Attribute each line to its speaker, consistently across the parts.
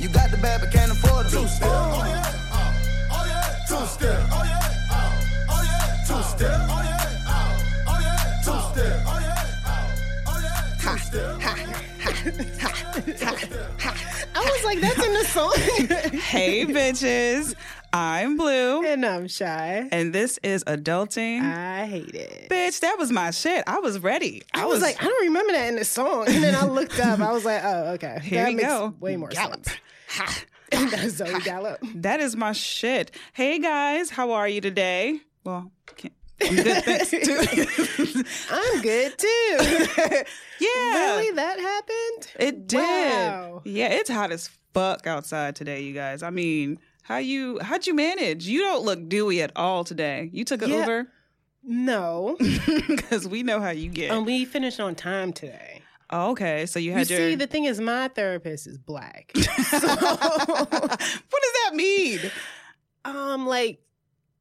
Speaker 1: You got the bad, but can't afford it.
Speaker 2: Two step. Oh yeah. Oh, oh yeah. Two step. Oh yeah. Oh, oh yeah. Two step. Oh yeah. Oh, oh yeah. Two step. Oh yeah. Oh, oh yeah. Two step.
Speaker 3: I was like, that's in the song.
Speaker 4: Hey, bitches. I'm Blue,
Speaker 3: and I'm shy.
Speaker 4: and this is Adulting.
Speaker 3: I hate it.
Speaker 4: Bitch, that was my shit. I was ready.
Speaker 3: I was like, I don't remember that in the song. And then I looked up. I was like, oh, okay.
Speaker 4: Here
Speaker 3: that
Speaker 4: we
Speaker 3: makes
Speaker 4: go.
Speaker 3: way more
Speaker 4: Gallop.
Speaker 3: sense. That's Zoe Gallup.
Speaker 4: that is my shit. Hey, guys. How are you today? Well, can't. I'm good, thanks, too.
Speaker 3: I'm good too.
Speaker 4: yeah.
Speaker 3: Really? That happened?
Speaker 4: It did.
Speaker 3: Wow.
Speaker 4: Yeah, it's hot as fuck outside today, you guys. I mean, how you how'd you manage? You don't look dewy at all today. You took an
Speaker 3: Yeah.
Speaker 4: Uber
Speaker 3: No.
Speaker 4: because we know how you get.
Speaker 3: And we finished on time today.
Speaker 4: Oh, okay, so you
Speaker 3: Um, You
Speaker 4: had your.
Speaker 3: see, the thing is, my therapist is black.
Speaker 4: what does that mean?
Speaker 3: um, like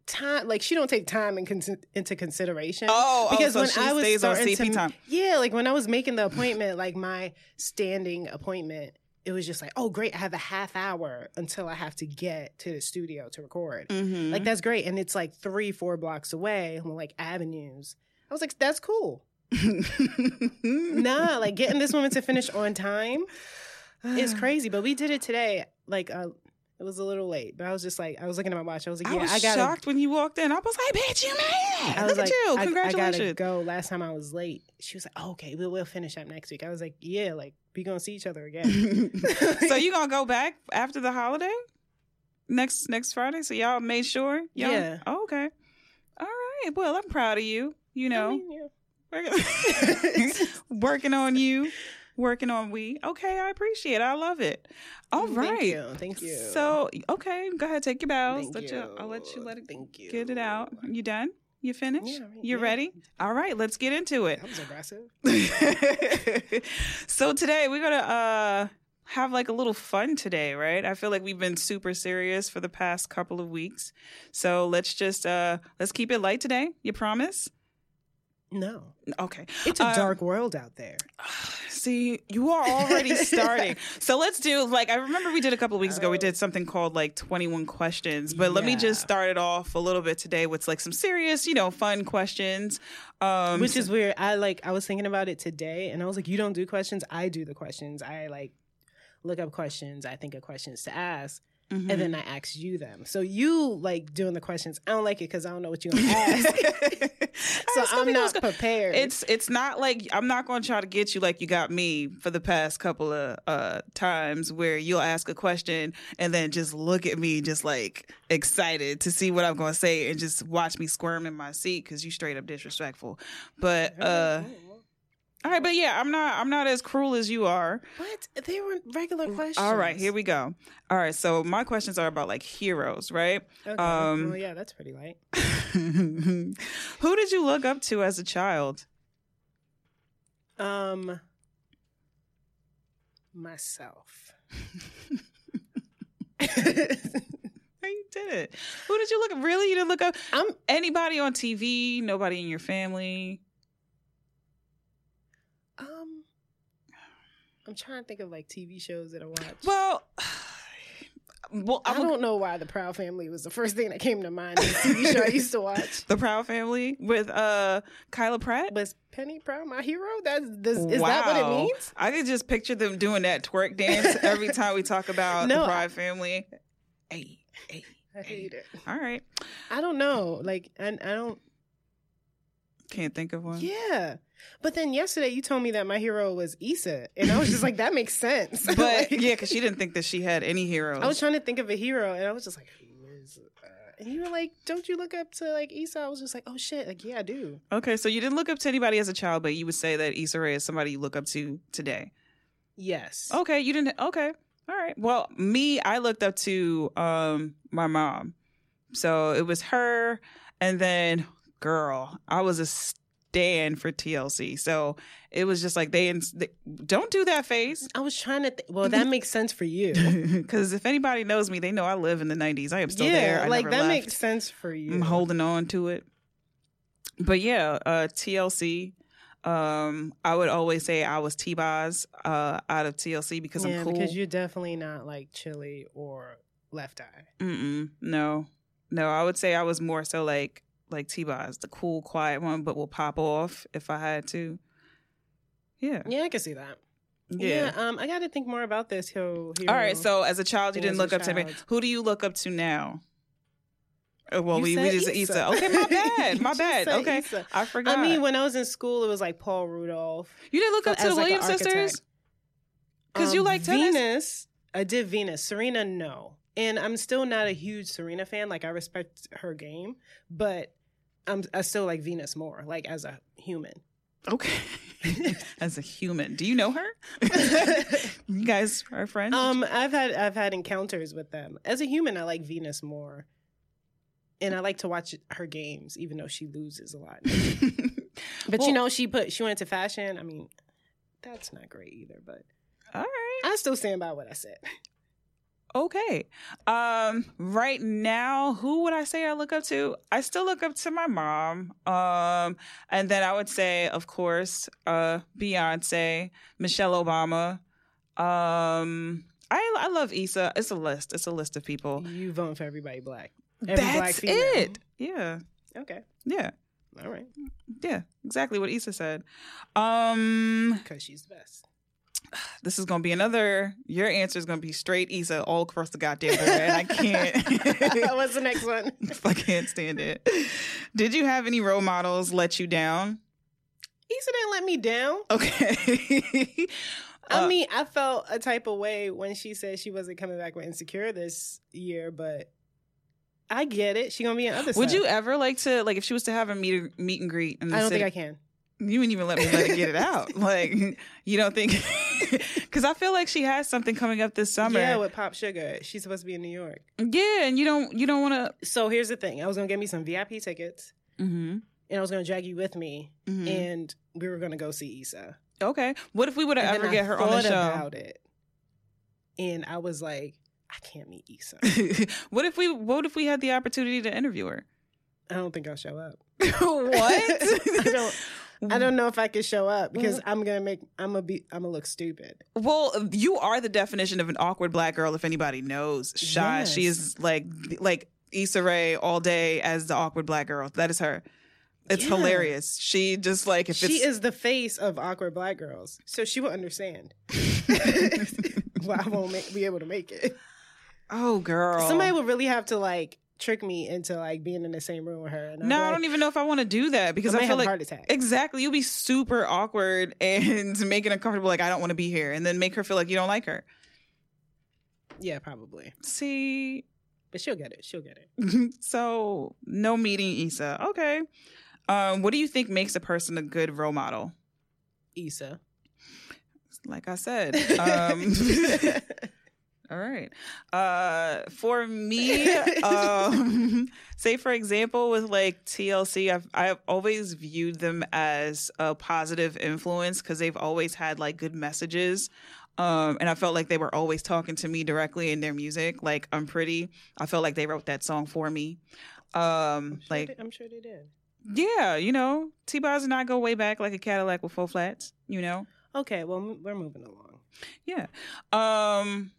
Speaker 3: time, like she don't take time in cons- into consideration.
Speaker 4: Oh,
Speaker 3: because
Speaker 4: oh,
Speaker 3: when
Speaker 4: so she
Speaker 3: I was
Speaker 4: stays on
Speaker 3: starting
Speaker 4: CP
Speaker 3: to,
Speaker 4: time.
Speaker 3: yeah, like when I was making the appointment, like my standing appointment, it was just like, oh, great, I have a half hour until I have to get to the studio to record.
Speaker 4: Mm-hmm.
Speaker 3: Like that's great, and it's like three, four blocks away on like avenues. I was like, that's cool. nah, like getting this woman to finish on time is crazy. But we did it today. Like, uh, it was a little late, but I was just like, I was looking at my watch. I was like,
Speaker 4: I
Speaker 3: yeah,
Speaker 4: was
Speaker 3: I, gotta.
Speaker 4: shocked when you walked in. I was like, "Bitch, you made it!
Speaker 3: I was
Speaker 4: Look
Speaker 3: like,
Speaker 4: at you!
Speaker 3: I- I, gotta
Speaker 4: Congratulations!"
Speaker 3: go. Last time I was late, she was like, oh, okay, we'll, we'll finish up next week. I was like, yeah, like we gonna see each other again.
Speaker 4: so you gonna go back after the holiday next next Friday? So y'all made sure. Y'all-
Speaker 3: Yeah.
Speaker 4: Oh, okay. All right. Well, I'm proud of you. You
Speaker 3: I
Speaker 4: know,
Speaker 3: mean, yeah.
Speaker 4: working, working on you, working on we. Okay, I appreciate. it. I love it. All right.
Speaker 3: Thank you. Thank you.
Speaker 4: So okay, go ahead, take your bows.
Speaker 3: Thank
Speaker 4: let you.
Speaker 3: you.
Speaker 4: I'll let you let it
Speaker 3: Thank you.
Speaker 4: get it out. You done? You finished?
Speaker 3: Yeah,
Speaker 4: you
Speaker 3: yeah.
Speaker 4: ready? All right, let's get into it.
Speaker 3: That was aggressive.
Speaker 4: so today we're gonna uh have like a little fun today, right? I feel like we've been super serious for the past couple of weeks. So let's just uh let's keep it light today. You promise?
Speaker 3: No,
Speaker 4: Okay.
Speaker 3: it's a
Speaker 4: Uh,
Speaker 3: dark world out there.
Speaker 4: See, you are already starting. so let's do like I remember we did a couple of weeks ago. We did something called like 21 questions, but let me just
Speaker 3: Yeah.
Speaker 4: start it off a little bit today with like some serious, you know, fun questions. Um
Speaker 3: which is weird i like i was thinking about it today and i was like you don't do questions i do the questions i like look up questions i think of questions to ask
Speaker 4: mhm.
Speaker 3: and then i ask you them so you like doing the questions i don't like it because i don't know what you're gonna ask so
Speaker 4: It's gonna
Speaker 3: i'm
Speaker 4: be-
Speaker 3: not
Speaker 4: it's gonna-
Speaker 3: prepared
Speaker 4: It's it's not like I'm not going to try to get you like you got me for the past couple of uh times where you'll ask a question and then just look at me just like excited to see what I'm going to say and just watch me squirm in my seat cuz you straight up disrespectful. But uh all right, but yeah, I'm not I'm not as cruel as you are.
Speaker 3: what they were regular questions
Speaker 4: All right, Mm, here we go. All right, so my questions are about like heroes, right?
Speaker 3: okay.
Speaker 4: um,
Speaker 3: well, yeah that's pretty light
Speaker 4: Who did you look up to as a child?
Speaker 3: um myself
Speaker 4: You did it. Who did you look up? Really? You didn't look up
Speaker 3: i'm
Speaker 4: anybody on TV, nobody in your family.
Speaker 3: um i'm trying to think of like tv shows that i watch
Speaker 4: Well, well,
Speaker 3: I
Speaker 4: I will,
Speaker 3: don't know why the Proud Family was the first thing that came to mind. in The TV show I used to watch
Speaker 4: the Proud Family with uh Kyla Pratt.
Speaker 3: was Penny Proud, my hero. That's this, is that what it
Speaker 4: Wow.
Speaker 3: means?
Speaker 4: I could just picture them doing that twerk dance every time we talk about the
Speaker 3: No,
Speaker 4: Proud Family. Hey, hey.
Speaker 3: I hate it.
Speaker 4: All right.
Speaker 3: I don't know. Like, and I don't.
Speaker 4: Can't think of one.
Speaker 3: Yeah, but then yesterday you told me that my hero was Issa, and I was just like, that makes sense.
Speaker 4: But
Speaker 3: Like,
Speaker 4: yeah, because she didn't think that she had any heroes.
Speaker 3: I was trying to think of a hero, and I was just like, who is? Uh, and you were like, don't you look up to like Issa? I was just like, oh shit, like yeah, I do.
Speaker 4: okay, so you didn't look up to anybody as a child, but you would say that Issa Rae is somebody you look up to today.
Speaker 3: Yes.
Speaker 4: Okay, you didn't. Okay, all right. Well, me, I looked up to um my mom, so it was her, and then girl, I was a stand for TLC, so it was just like they, ins- they don't do that face.
Speaker 3: I was trying to. Th- well, that makes sense for you.
Speaker 4: Because if anybody knows me, they know I live in the '90s. I am still there. I
Speaker 3: like
Speaker 4: never
Speaker 3: that
Speaker 4: left.
Speaker 3: makes sense for you.
Speaker 4: I'm holding on to it. But yeah, uh, TLC. Um, I would always say I was T Boz uh, out of TLC because
Speaker 3: yeah,
Speaker 4: I'm cool.
Speaker 3: because you're definitely not like Chili or Left Eye.
Speaker 4: Mm-mm, no, no. I would say I was more so like like T Boz, the cool, quiet one, but will pop off if I had to. Yeah,
Speaker 3: Yeah, I can see that.
Speaker 4: yeah.
Speaker 3: um, I got to think more about this. Who?
Speaker 4: All right. So as a child, you
Speaker 3: Yeah,
Speaker 4: didn't
Speaker 3: as
Speaker 4: look
Speaker 3: a
Speaker 4: up to.
Speaker 3: child.
Speaker 4: Who do you look up to now? Uh, well,
Speaker 3: You
Speaker 4: we, we
Speaker 3: said
Speaker 4: just
Speaker 3: Issa.
Speaker 4: Issa. Okay, my bad.
Speaker 3: You
Speaker 4: My
Speaker 3: just
Speaker 4: bad.
Speaker 3: said
Speaker 4: Okay,
Speaker 3: Issa.
Speaker 4: I forgot.
Speaker 3: I mean, when I was in school, it was like Paul Rudolph.
Speaker 4: you didn't look up to
Speaker 3: as,
Speaker 4: the
Speaker 3: like, an
Speaker 4: Williams sisters
Speaker 3: architect.
Speaker 4: because you
Speaker 3: Um,
Speaker 4: like tennis.
Speaker 3: Venus. I did Venus. Serena, no. And I'm still not a huge Serena fan. Like I respect her game, but I'm I still like Venus more, like as a human.
Speaker 4: Okay. As a human, do you know her? you guys are friends.
Speaker 3: Um, I've had I've had encounters with them. As a human, I like Venus more. And I like to watch her games, even though she loses a lot. But
Speaker 4: Well-
Speaker 3: you know, she put she went into fashion. I mean, that's not great either. But
Speaker 4: All right.
Speaker 3: I still stand by what I said.
Speaker 4: Okay. Um, right now, who would I say I look up to? I still look up to my mom. Um, and then I would say, of course, uh, Beyonce, Michelle Obama. Um, I I love Issa. It's a list. It's a list of people.
Speaker 3: You voting for everybody black? Every black
Speaker 4: That's
Speaker 3: female.
Speaker 4: it. Yeah.
Speaker 3: Okay,
Speaker 4: Yeah.
Speaker 3: all right,
Speaker 4: Yeah. Exactly what Issa said. Um,
Speaker 3: because she's the best.
Speaker 4: this is gonna be another. Your answer is gonna be straight Issa all across the goddamn board, and I can't.
Speaker 3: What's the next one?
Speaker 4: I can't stand it. Did you have any role models let you down?
Speaker 3: Issa didn't let me down.
Speaker 4: Okay.
Speaker 3: I
Speaker 4: Uh,
Speaker 3: mean, I felt a type of way when she said she wasn't coming back with Insecure this year, but I get it. She gonna be in other.
Speaker 4: would
Speaker 3: stuff.
Speaker 4: you ever like to like if she was to have a meet meet and greet? In the
Speaker 3: I don't
Speaker 4: city,
Speaker 3: think I can.
Speaker 4: You wouldn't even let me let it get it out. Like you don't think? Because I feel like she has something coming up this summer.
Speaker 3: Yeah, with Pop Sugar, she's supposed to be in New York.
Speaker 4: Yeah, and you don't you don't want to.
Speaker 3: So here's the thing: I was gonna get me some VIP tickets,
Speaker 4: hmm
Speaker 3: and I was gonna drag you with me,
Speaker 4: Mm-hmm.
Speaker 3: and we were gonna go see Issa.
Speaker 4: Okay. What if we would have
Speaker 3: And
Speaker 4: ever
Speaker 3: then
Speaker 4: get
Speaker 3: I
Speaker 4: her on the
Speaker 3: thought
Speaker 4: show?
Speaker 3: About it, and I was like, I can't meet Issa.
Speaker 4: what if we What if we had the opportunity to interview her?
Speaker 3: I don't think I'll show up. I
Speaker 4: what? Mm.
Speaker 3: don't. I don't know if I could show up because I'm gonna make. I'm gonna be. I'm gonna look stupid.
Speaker 4: Well, you are the definition of an awkward black girl. If anybody knows, shy. She
Speaker 3: Yes.
Speaker 4: is like like Issa Rae all day as the awkward black girl. That is her. It's
Speaker 3: Yeah.
Speaker 4: hilarious. She just like if
Speaker 3: She
Speaker 4: it's
Speaker 3: is the face of awkward black girls, so she will understand. well, I won't make, be able to make it.
Speaker 4: oh girl.
Speaker 3: Somebody would really have to like trick me into like being in the same room with her. And I'm
Speaker 4: no, I
Speaker 3: like,
Speaker 4: don't even know if I want to do that because
Speaker 3: I
Speaker 4: I,
Speaker 3: might have
Speaker 4: feel
Speaker 3: a
Speaker 4: like
Speaker 3: heart attack.
Speaker 4: exactly you'll be super awkward and making uncomfortable. Like I don't want to be here, and then make her feel like you don't like her.
Speaker 3: Yeah, probably.
Speaker 4: See,
Speaker 3: But she'll get it. She'll get it.
Speaker 4: so no meeting Issa. Okay, um, what do you think makes a person a good role model?
Speaker 3: Issa.
Speaker 4: like I said. Um, all right. Uh, for me, um, say for example, with like TLC, I've I've always viewed them as a positive influence because they've always had like good messages. Um, and I felt like they were always talking to me directly in their music. Like I'm pretty. I felt like they wrote that song for me. Um,
Speaker 3: Sure
Speaker 4: like
Speaker 3: they- I'm sure they did.
Speaker 4: yeah, you know, T Boz and I go way back, like a Cadillac with four flats. You know.
Speaker 3: Okay, well m- we're moving along.
Speaker 4: Yeah. Um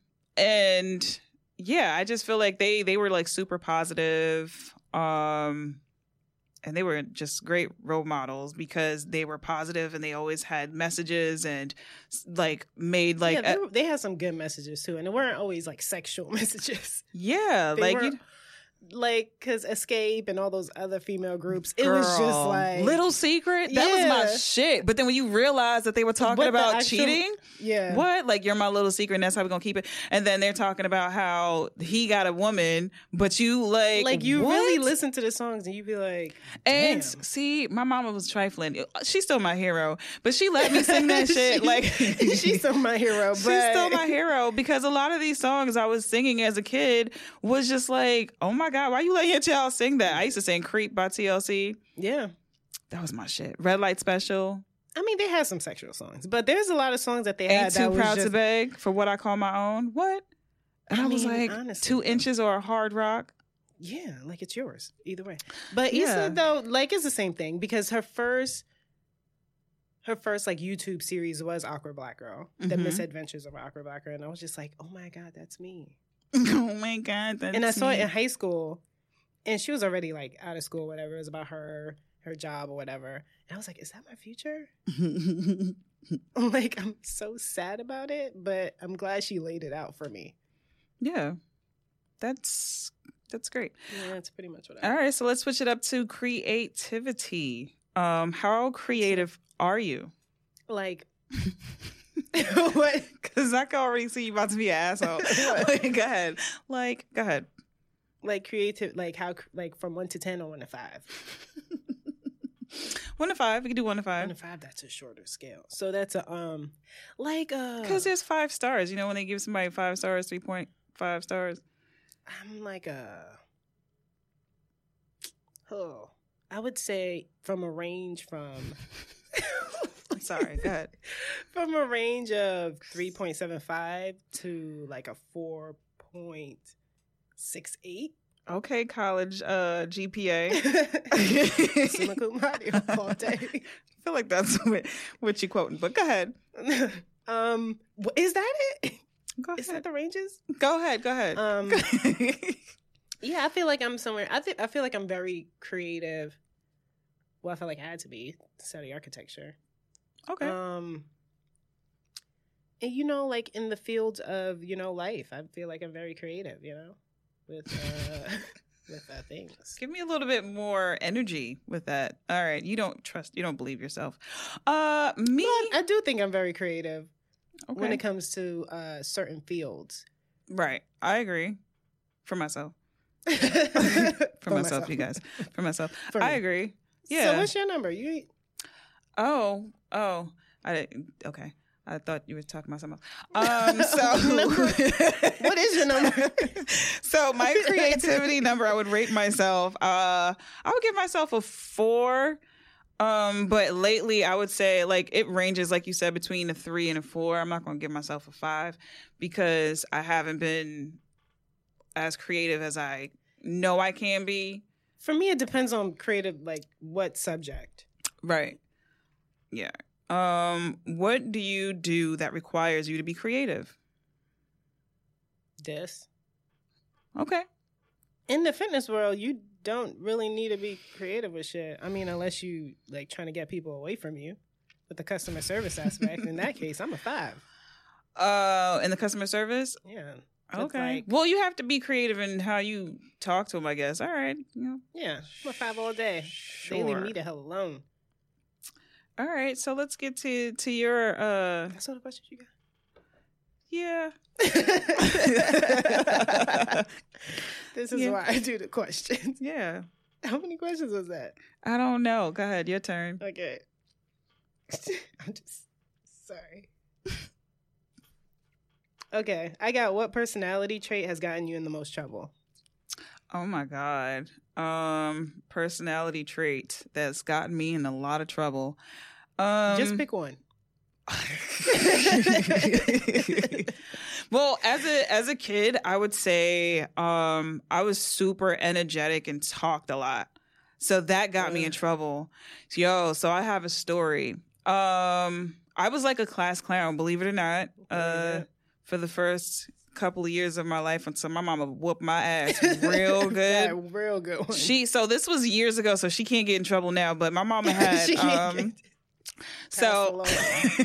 Speaker 4: and yeah, I just feel like they they were like super positive um and they were just great role models because they were positive and they always had messages and s- like made like
Speaker 3: yeah, they,
Speaker 4: uh,
Speaker 3: were- they had some good messages too, and they weren't always like sexual messages.
Speaker 4: yeah,
Speaker 3: They
Speaker 4: like
Speaker 3: were-
Speaker 4: you-
Speaker 3: Like, cause Escape and all those other female groups, it was just
Speaker 4: Girl,
Speaker 3: like
Speaker 4: little secret. That was my
Speaker 3: Yeah.
Speaker 4: shit. But then when you realize that they were talking
Speaker 3: What the
Speaker 4: about
Speaker 3: actual-
Speaker 4: cheating,
Speaker 3: yeah,
Speaker 4: What? Like you're my little secret and that's how we're gonna keep it. And then they're talking about how he got a woman, but you like
Speaker 3: like you really
Speaker 4: what?
Speaker 3: listen to the songs and you be like,
Speaker 4: And
Speaker 3: Damn.
Speaker 4: see, my mama was trifling. She's still my hero, but she let me sing that shit.
Speaker 3: She-
Speaker 4: Like
Speaker 3: she's still my hero, but
Speaker 4: She's still my hero because a lot of these songs I was singing as a kid was just like, oh my God, why you letting your child sing that? I used to sing Creep by TLC.
Speaker 3: yeah.
Speaker 4: That was my shit. Red Light Special.
Speaker 3: I mean, they had some sexual songs, but there's a lot of songs that they had
Speaker 4: Ain't
Speaker 3: that
Speaker 4: Too
Speaker 3: was
Speaker 4: Proud
Speaker 3: just,
Speaker 4: to Beg for What I Call My Own. What? And I,
Speaker 3: I
Speaker 4: was
Speaker 3: mean,
Speaker 4: like,
Speaker 3: honestly,
Speaker 4: Two
Speaker 3: though.
Speaker 4: Inches or a Hard Rock.
Speaker 3: yeah, like it's yours either way. But
Speaker 4: Yeah.
Speaker 3: Issa though, like it's the same thing because her first her first like YouTube series was Awkward Black Girl, The
Speaker 4: Mhm.
Speaker 3: Misadventures of Awkward Black Girl, and I was just like, oh my god, that's me.
Speaker 4: oh my god. That's
Speaker 3: and I saw it
Speaker 4: me.
Speaker 3: in high school, and she was already like out of school, whatever. It was about her her job or whatever, and I was like, is that my future? like I'm so sad about it, but I'm glad she laid it out for me.
Speaker 4: yeah. That's that's great.
Speaker 3: Yeah, that's pretty much what I.
Speaker 4: All right, so let's switch it up to creativity. Um, how creative are you?
Speaker 3: Like what?
Speaker 4: Because I can already see you about to be an asshole. Like, go ahead. Like, go ahead.
Speaker 3: Like creative? Like how? cr- Like from one to ten or one to five?
Speaker 4: one to five. We can do one to
Speaker 3: One to
Speaker 4: five.
Speaker 3: five. That's a shorter scale. So that's a um, like uh,
Speaker 4: Because there's five stars. You know, when they give somebody five stars, 3.5 stars.
Speaker 3: I'm like a. Oh, I would say from a range from.
Speaker 4: I'm sorry. Go ahead.
Speaker 3: from a range of 3.75 to like a 4.68
Speaker 4: Okay, college uh, GPA.
Speaker 3: summa cum laude all day
Speaker 4: I feel like that's what, what you're quoting, but go ahead.
Speaker 3: um wh- is that it
Speaker 4: Go
Speaker 3: is
Speaker 4: ahead.
Speaker 3: that the ranges
Speaker 4: Go ahead. Go ahead.
Speaker 3: um yeah i feel like i'm somewhere i think i feel like i'm very creative well i feel like i had to be to study architecture
Speaker 4: okay.
Speaker 3: Um, and you know, like in the fields of you know life, I feel like I'm very creative. You know, with uh, with uh, things.
Speaker 4: Give me a little bit more energy with that. All right, you don't trust, you don't believe yourself. Uh, me.
Speaker 3: Well, I do think I'm very creative
Speaker 4: Okay.
Speaker 3: when it comes to uh, certain fields.
Speaker 4: right, I agree. For myself,
Speaker 3: For,
Speaker 4: for, myself, you guys, for myself,
Speaker 3: For
Speaker 4: I
Speaker 3: me.
Speaker 4: agree. Yeah.
Speaker 3: So what's your number? You ain't-
Speaker 4: oh, oh, I didn't. Okay, I thought you were talking about something. Else. Um, so
Speaker 3: what is your number?
Speaker 4: so my creativity number i would rate myself uh i would give myself a four um but lately i would say like it ranges like you said between a three and a four i'm not gonna give myself a five because i haven't been as creative as i know i can be
Speaker 3: For me, it depends on creative, like what subject.
Speaker 4: right yeah um what do you do that requires you to be creative
Speaker 3: This
Speaker 4: okay
Speaker 3: in the fitness world, you don't really need to be creative with shit. I mean, unless you like trying to get people away from you with the customer service aspect. in that case, I'm a five.
Speaker 4: uh in the customer service
Speaker 3: Yeah. It's
Speaker 4: Okay.
Speaker 3: like-
Speaker 4: well, you have to be creative in how you talk to them, I guess. All right. You know,
Speaker 3: Yeah. I'm a five all day. They leave
Speaker 4: Sure.
Speaker 3: me the hell alone.
Speaker 4: All right. So let's get to to your uh
Speaker 3: That's all the questions you got.
Speaker 4: yeah.
Speaker 3: this is
Speaker 4: Yeah.
Speaker 3: why I do the questions.
Speaker 4: yeah.
Speaker 3: How many questions was that?
Speaker 4: I don't know. Go ahead. Your turn.
Speaker 3: Okay. I'm just sorry. Okay, I got what personality trait has gotten you in the most trouble?
Speaker 4: Oh my god. Um personality trait that's gotten me in a lot of trouble. Um
Speaker 3: Just pick one.
Speaker 4: well, as a as a kid, I would say um, I was super energetic and talked a lot, so that got me in
Speaker 3: Ugh.
Speaker 4: trouble. Yo, so I have a story. Um, I was like a class clown, believe it or not, uh,
Speaker 3: Yeah.
Speaker 4: for the first couple of years of my life until my mama whooped my ass real
Speaker 3: Yeah,
Speaker 4: good.
Speaker 3: real good one.
Speaker 4: She so this was years ago, so she can't get in trouble now. But my mama had
Speaker 3: She can't
Speaker 4: um,
Speaker 3: get-
Speaker 4: so
Speaker 3: Pass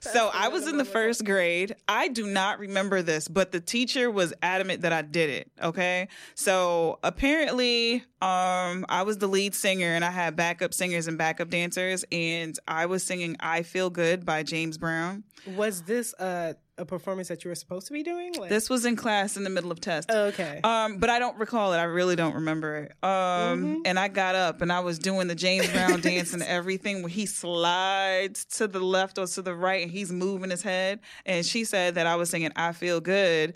Speaker 4: so
Speaker 3: the
Speaker 4: I was in
Speaker 3: minimum
Speaker 4: the
Speaker 3: of
Speaker 4: first grade. I do not remember this, but the teacher was adamant that I did it. Okay. So apparently, um, I was the lead singer and I had backup singers and backup dancers, and I was singing I Feel Good by James Brown.
Speaker 3: was this uh, a performance that you were supposed to be doing? Like,
Speaker 4: This was in class in the middle of test.
Speaker 3: okay.
Speaker 4: Um, but I don't recall it. I really don't remember it. Um,
Speaker 3: Mhm.
Speaker 4: and I got up and I was doing the James Brown dance and everything where he slides to the left or to the right and he's moving his head. And she said that I was singing "I Feel Good."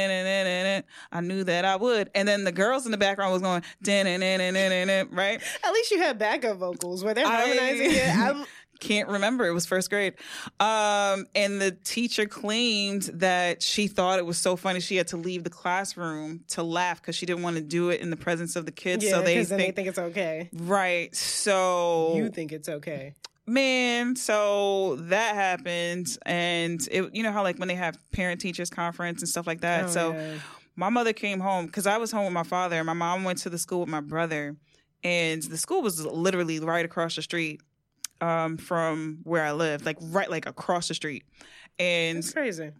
Speaker 4: Dun-dun-dun-dun-dun-dun. I knew that I would. And then the girls in the background was going dun-dun-dun-dun-dun-dun, right.
Speaker 3: At least you had backup vocals where they're
Speaker 4: I-
Speaker 3: harmonizing it. I'm,
Speaker 4: Can't remember. It was first grade. Um, and the teacher claimed that she thought it was so funny she had to leave the classroom to laugh because she didn't want to do it in the presence of the kids.
Speaker 3: yeah,
Speaker 4: so they
Speaker 3: because then
Speaker 4: think,
Speaker 3: they think it's okay.
Speaker 4: right. So
Speaker 3: You think it's okay.
Speaker 4: man so that happened and it you know how like when they have parent teachers conference and stuff like that
Speaker 3: Oh,
Speaker 4: so
Speaker 3: yeah.
Speaker 4: my mother came home because i was home with my father and my mom went to the school with my brother and the school was literally right across the street um, from where i lived like right like across the street and
Speaker 3: it's crazy.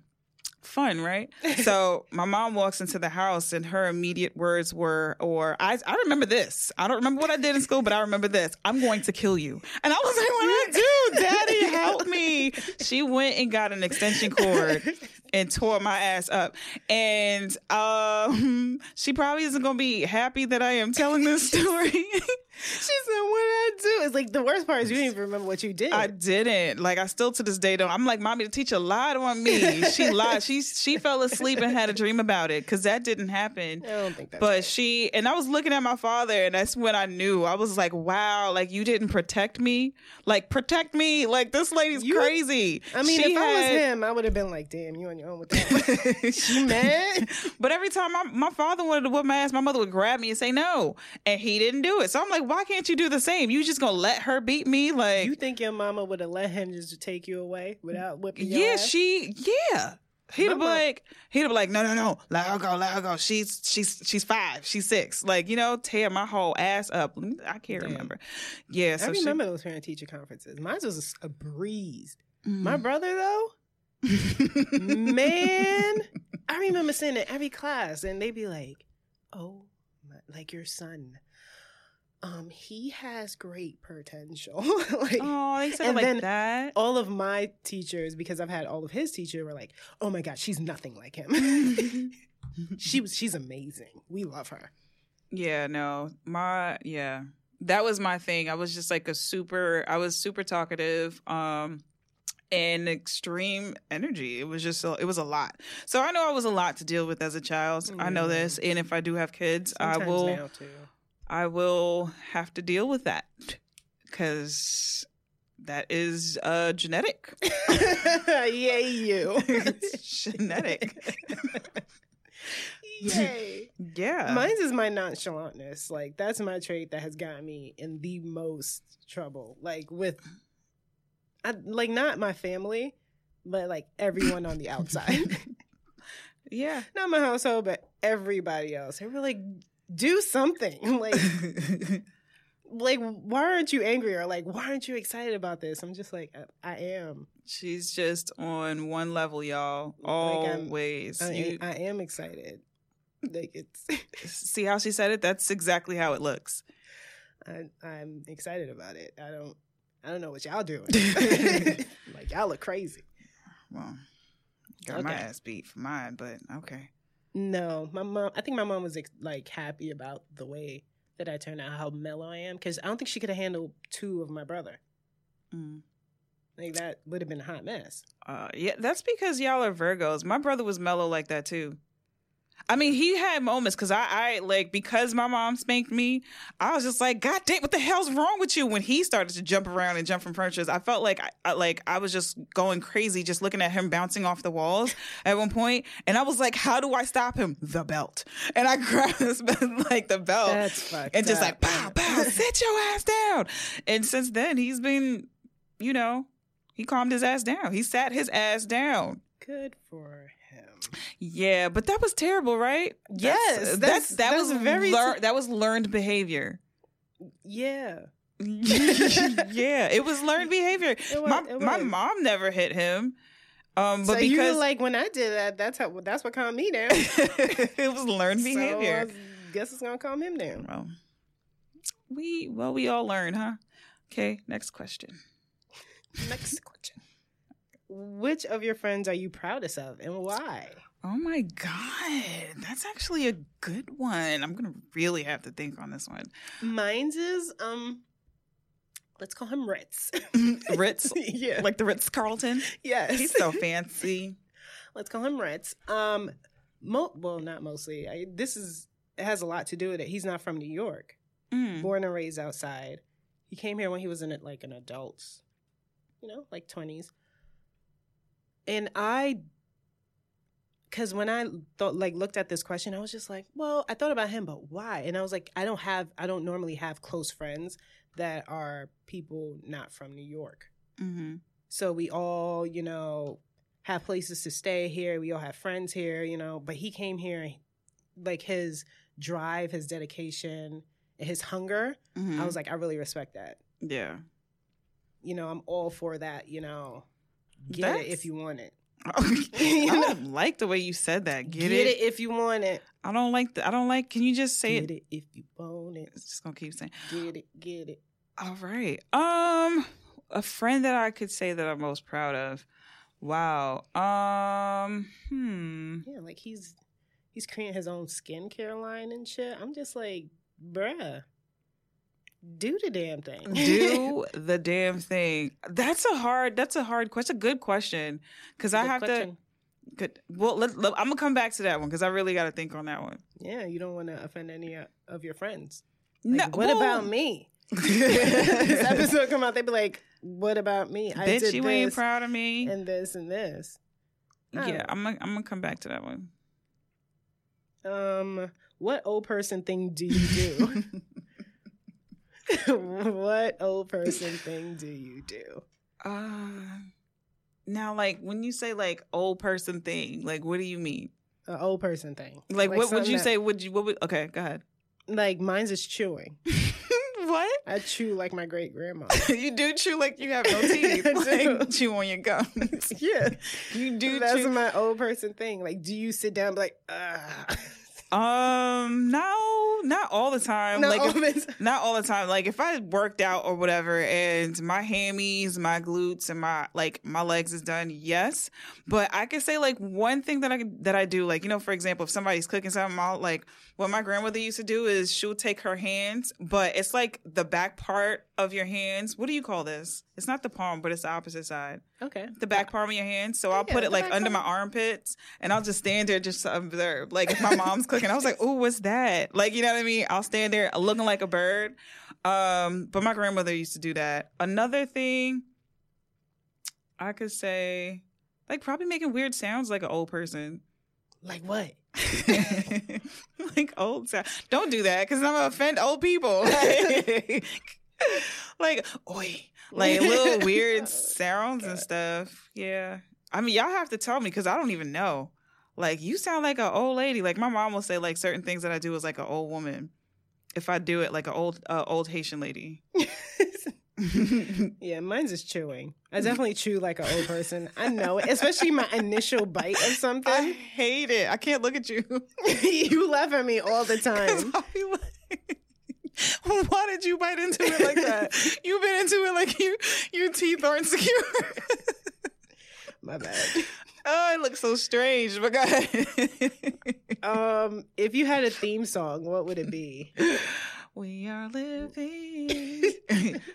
Speaker 4: fun, right? so my mom walks into the house, and her immediate words were, "Or I, I remember this. I don't remember what I did in school, but I remember this. I'm going to kill you." And I was like, "What did I do, Daddy? Help me!" She went and got an extension cord and tore my ass up. And um, she probably isn't going to be happy that I am telling this story.
Speaker 3: She said, "What did I do?" It's like the worst part is you didn't even remember what you did.
Speaker 4: I didn't. Like I still to this day don't. I'm like, mommy, the teacher lied on me. She lied. She she fell asleep and had a dream about it because that didn't happen.
Speaker 3: I don't think Oh, that's
Speaker 4: But
Speaker 3: right.
Speaker 4: she and I was looking at my father, and that's when I knew. I was like, wow, like you didn't protect me. Like protect me. Like this lady's
Speaker 3: You-
Speaker 4: crazy.
Speaker 3: I mean,
Speaker 4: She
Speaker 3: if I was
Speaker 4: had-
Speaker 3: him, I would have been like, "Damn, you on your own with that." she mad.
Speaker 4: But every time my, my father wanted to whip my ass, my mother would grab me and say no, and he didn't do it. So I'm like, why can't you do the same? You just gonna let her beat me? Like
Speaker 3: You think your mama would have let him just take you away without whipping your
Speaker 4: Yeah,
Speaker 3: ass?
Speaker 4: she. Yeah, he'd have
Speaker 3: Mama-
Speaker 4: like he'd have like no no no let her go let her go she's she's she's five she's six like you know tear my whole ass up I can't
Speaker 3: Damn.
Speaker 4: remember. Yeah, so
Speaker 3: I
Speaker 4: she-
Speaker 3: remember those parent teacher conferences. Mine was a breeze.
Speaker 4: Mm.
Speaker 3: My brother though, man, I remember sitting in every class and they'd be like, "Oh, my, like your son, um, he has great potential." like
Speaker 4: oh they said it
Speaker 3: And
Speaker 4: like
Speaker 3: then-
Speaker 4: that.
Speaker 3: all of my teachers, because I've had all of his teachers, were like, "Oh my god, she's nothing like him. she was, she's amazing. We love her."
Speaker 4: Yeah, no. My yeah. That was my thing. I was just like a super I was super talkative. Um and extreme energy. It was just a, it was a lot. So I know I was a lot to deal with as a child. I know this, and if I do have kids, I
Speaker 3: Mm. Sometimes
Speaker 4: will
Speaker 3: now too.
Speaker 4: I will have to deal with that because that is uh, genetic.
Speaker 3: Yay, you.
Speaker 4: It's genetic.
Speaker 3: Yay.
Speaker 4: Yeah.
Speaker 3: Mine's is my nonchalantness. Like that's my trait that has gotten me in the most trouble. Like with, I, like not my family, but like everyone on the outside,
Speaker 4: yeah.
Speaker 3: not my household, but everybody else. They were like, "Do something!" Like, like why aren't you angry or like why aren't you excited about this? I'm just like, I, I am.
Speaker 4: She's just on one level, y'all.
Speaker 3: I'm-
Speaker 4: Always.
Speaker 3: I,
Speaker 4: You-
Speaker 3: I am excited. Like it's,
Speaker 4: see how she said it? That's exactly how it looks.
Speaker 3: I, I'm excited about it. I don't. I don't know what y'all doing. like y'all look crazy.
Speaker 4: Well, got my
Speaker 3: Okay.
Speaker 4: ass beat for mine, but okay.
Speaker 3: No, my mom. I think my mom was ex- like happy about the way that I turned out, how mellow I am, because I don't think she could have handled two of my brother.
Speaker 4: Mm.
Speaker 3: Like that would have been a hot mess.
Speaker 4: Uh, yeah, that's because y'all are Virgos. My brother was mellow like that too. I mean, he had moments because I, I like because my mom spanked me. I was just like, God damn, what the hell's wrong with you? When he started to jump around and jump from furniture, I felt like I, I like I was just going crazy, just looking at him bouncing off the walls at one point, and I was like, How do I stop him? The belt, and I grabbed this like the belt,
Speaker 3: That's fucked
Speaker 4: Oh, and just like
Speaker 3: up.
Speaker 4: pow pow, sit your ass down. And since then, he's been, you know, he calmed his ass down. He sat his ass down.
Speaker 3: Good for him.
Speaker 4: Yeah, but that was terrible, right?
Speaker 3: Yes,
Speaker 4: that's,
Speaker 3: that's-
Speaker 4: that
Speaker 3: that's
Speaker 4: was very
Speaker 3: very
Speaker 4: lear-
Speaker 3: ter-
Speaker 4: that was learned behavior.
Speaker 3: Yeah,
Speaker 4: yeah, it was learned behavior.
Speaker 3: was-
Speaker 4: my
Speaker 3: it
Speaker 4: my
Speaker 3: was.
Speaker 4: mom never hit him, um,
Speaker 3: but so
Speaker 4: but
Speaker 3: you were
Speaker 4: because
Speaker 3: like when I did that, that's how. That's what calmed me down.
Speaker 4: it was learned behavior.
Speaker 3: So I guess it's gonna calm him down.
Speaker 4: well, we well we all learn, huh? Okay, next question.
Speaker 3: Next question. Which of your friends are you proudest of, and why?
Speaker 4: Oh my god, that's actually a good one. I'm gonna really have to think on this one.
Speaker 3: Mine's is um, let's call him Ritz.
Speaker 4: Ritz,
Speaker 3: yeah.
Speaker 4: like the Ritz Carlton.
Speaker 3: yes.
Speaker 4: He's so fancy.
Speaker 3: let's call him Ritz. Um, mo- well, not mostly. I, this is it has a lot to do with it. He's not from New York,
Speaker 4: Mm.
Speaker 3: born and raised outside. He came here when he was in it like an adult, you know, like twenties. And I, because when I thought like looked at this question, I was just like, well, I thought about him, but why? And I was like, I don't have, I don't normally have close friends that are people not from New York.
Speaker 4: Mm-hmm.
Speaker 3: So we all, you know, have places to stay here. We all have friends here, you know. But he came here, and, like his drive, his dedication, and his hunger. I was like, I really respect that.
Speaker 4: mm-hmm. yeah.
Speaker 3: You know, I'm all for that. You know, get it if
Speaker 4: That's-
Speaker 3: you want it.
Speaker 4: I don't like the way you said that. Get, it?
Speaker 3: if you want it.
Speaker 4: I don't like. The, I don't like. Can you just say
Speaker 3: Get
Speaker 4: it?
Speaker 3: it if you want it.
Speaker 4: It's just gonna keep saying.
Speaker 3: Get it, get it.
Speaker 4: All right. Um, a friend that I could say that I'm most proud of. Wow. Um. Hmm.
Speaker 3: Yeah, like he's he's creating his own skincare line and shit. I'm just like, bruh, do the damn thing.
Speaker 4: Do the damn thing. That's a hard. That's a hard question. That's a good question. Because I
Speaker 3: Good
Speaker 4: have
Speaker 3: question.
Speaker 4: to. Good. Well, let, let, I'm gonna come back to that one because I really got to think on that one.
Speaker 3: Yeah, you don't want to offend any uh, of your friends.
Speaker 4: No.
Speaker 3: Like, what
Speaker 4: well-
Speaker 3: about me? this episode come out, they be like, "What about me? I
Speaker 4: Bitch,
Speaker 3: did
Speaker 4: you ain't
Speaker 3: this
Speaker 4: proud of me.
Speaker 3: and this and this."
Speaker 4: yeah,
Speaker 3: Oh.
Speaker 4: I'm gonna I'm gonna come back to that one.
Speaker 3: Um, what old person thing do you do? what old person thing do you do?
Speaker 4: Uh, now, like when you say like old person thing, like what do you mean?
Speaker 3: An old person thing.
Speaker 4: Like, what would
Speaker 3: something
Speaker 4: you
Speaker 3: that-
Speaker 4: say? Would you? What would? Okay, go ahead.
Speaker 3: Like mine's is chewing.
Speaker 4: what?
Speaker 3: I chew like my great grandma.
Speaker 4: you do chew like you have no teeth.
Speaker 3: I
Speaker 4: like,
Speaker 3: do.
Speaker 4: chew on your gums.
Speaker 3: yeah,
Speaker 4: you do
Speaker 3: that's
Speaker 4: chew.
Speaker 3: my old person thing. Like, do you sit down and be like, ah?
Speaker 4: um, no, not all the time.
Speaker 3: Not
Speaker 4: like.
Speaker 3: all
Speaker 4: if-
Speaker 3: this-
Speaker 4: not all the time. Like if I worked out or whatever, and my hammies, my glutes, and my like my legs is done. Yes, but I can say like one thing that I can- that I do. Like you know, for example, if somebody's cooking something, I'll like what my grandmother used to do is she'll take her hands, but it's like the back part of your hands. What do you call this? It's not the palm, but it's the opposite side
Speaker 3: Okay.
Speaker 4: the back palm of your hand. So I'll
Speaker 3: Yeah,
Speaker 4: put it
Speaker 3: the
Speaker 4: like
Speaker 3: back
Speaker 4: under my
Speaker 3: palm.
Speaker 4: armpits and I'll just stand there just to observe. Like if my mom's cooking, I was like, "Ooh, what's that?" Like you know what I mean? I'll stand there looking like a bird. Um, but my grandmother used to do that. Another thing I could say, like probably making weird sounds like an old person.
Speaker 3: Like what?
Speaker 4: like old sound. Don't do that because I'm gonna offend old people. Like, like oi, like little weird sounds and stuff. Yeah, I mean y'all have to tell me because I don't even know. Like you sound like an old lady. Like my mom will say like certain things that I do is like an old woman. If I do it like an old uh, old Haitian lady.
Speaker 3: Yeah, mine's is chewing. I definitely chew like an old person. I know it, especially my initial bite of
Speaker 4: I
Speaker 3: something.
Speaker 4: hate it. I can't look at you.
Speaker 3: you laugh at me all the
Speaker 4: Because
Speaker 3: time.
Speaker 4: I'll be like, why did you bite into it like that? You've been into it like you your teeth aren't secure.
Speaker 3: My bad.
Speaker 4: oh, it looks so strange, but go ahead.
Speaker 3: Um, if you had a theme song, what would it be?
Speaker 4: we are living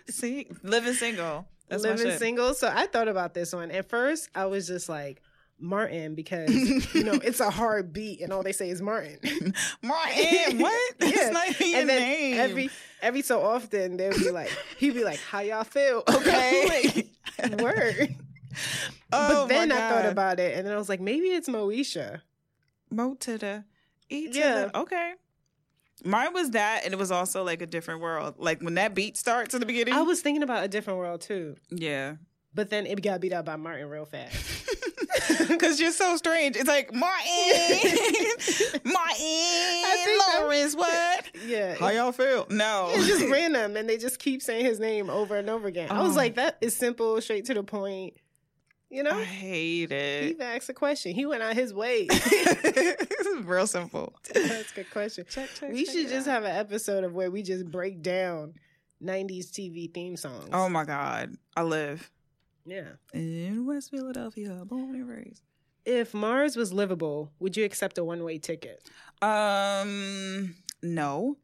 Speaker 4: sing, living single. That's my
Speaker 3: Living
Speaker 4: shit.
Speaker 3: single. So I thought about this one. At first, I was just like Martin because you know it's a hard beat, and all they say is Martin.
Speaker 4: Martin, what? That's
Speaker 3: Yeah.
Speaker 4: not even your
Speaker 3: and then
Speaker 4: name.
Speaker 3: every every so often they'll be like, he'd be like, "How y'all feel?"
Speaker 4: okay.
Speaker 3: like, word.
Speaker 4: Oh,
Speaker 3: but then
Speaker 4: my
Speaker 3: I thought
Speaker 4: God.
Speaker 3: about it, and then I was like, maybe it's Moesha.
Speaker 4: Mo to the E to
Speaker 3: Yeah.
Speaker 4: the okay. Mine was that, and it was also like a different world. Like when that beat starts in the beginning,
Speaker 3: I was thinking about a different world too,
Speaker 4: yeah,
Speaker 3: but then it got beat out by Martin real fast.
Speaker 4: because you're so strange. It's like Martin, Martin,
Speaker 3: think that-
Speaker 4: Lawrence. What?
Speaker 3: Yeah,
Speaker 4: How y'all feel? No,
Speaker 3: it's just random, and they just keep saying his name over and over again. I was
Speaker 4: Oh.
Speaker 3: like, that is simple, straight to the point. You know,
Speaker 4: I hate
Speaker 3: he
Speaker 4: it.
Speaker 3: even asked a question. He went out his way to
Speaker 4: this is real simple.
Speaker 3: ask a question.
Speaker 4: Check, check.
Speaker 3: We should just have an episode of where we just break down '90s TV theme songs.
Speaker 4: Oh my God, I live
Speaker 3: yeah.
Speaker 4: in West Philadelphia, born and raised.
Speaker 3: If Mars was livable, would you accept a one-way ticket?
Speaker 4: Um, no.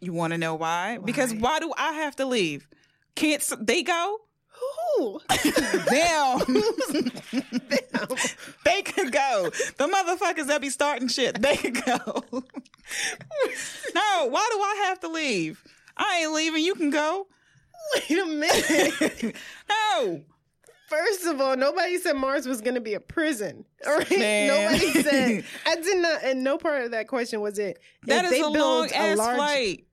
Speaker 4: You want to know why? Because
Speaker 3: Why?
Speaker 4: why do I have to leave? Can't s- they go?
Speaker 3: Who?
Speaker 4: Them. they could go. The motherfuckers that be starting shit, they could go. no, why do I have to leave? I ain't leaving. You can go.
Speaker 3: Wait a minute.
Speaker 4: No.
Speaker 3: First of all, nobody said Mars was going to be a prison. All right.
Speaker 4: Man.
Speaker 3: Nobody said. I did not. And no part of that question was it.
Speaker 4: That
Speaker 3: if
Speaker 4: is
Speaker 3: they
Speaker 4: a
Speaker 3: build
Speaker 4: long ass
Speaker 3: large-
Speaker 4: flight.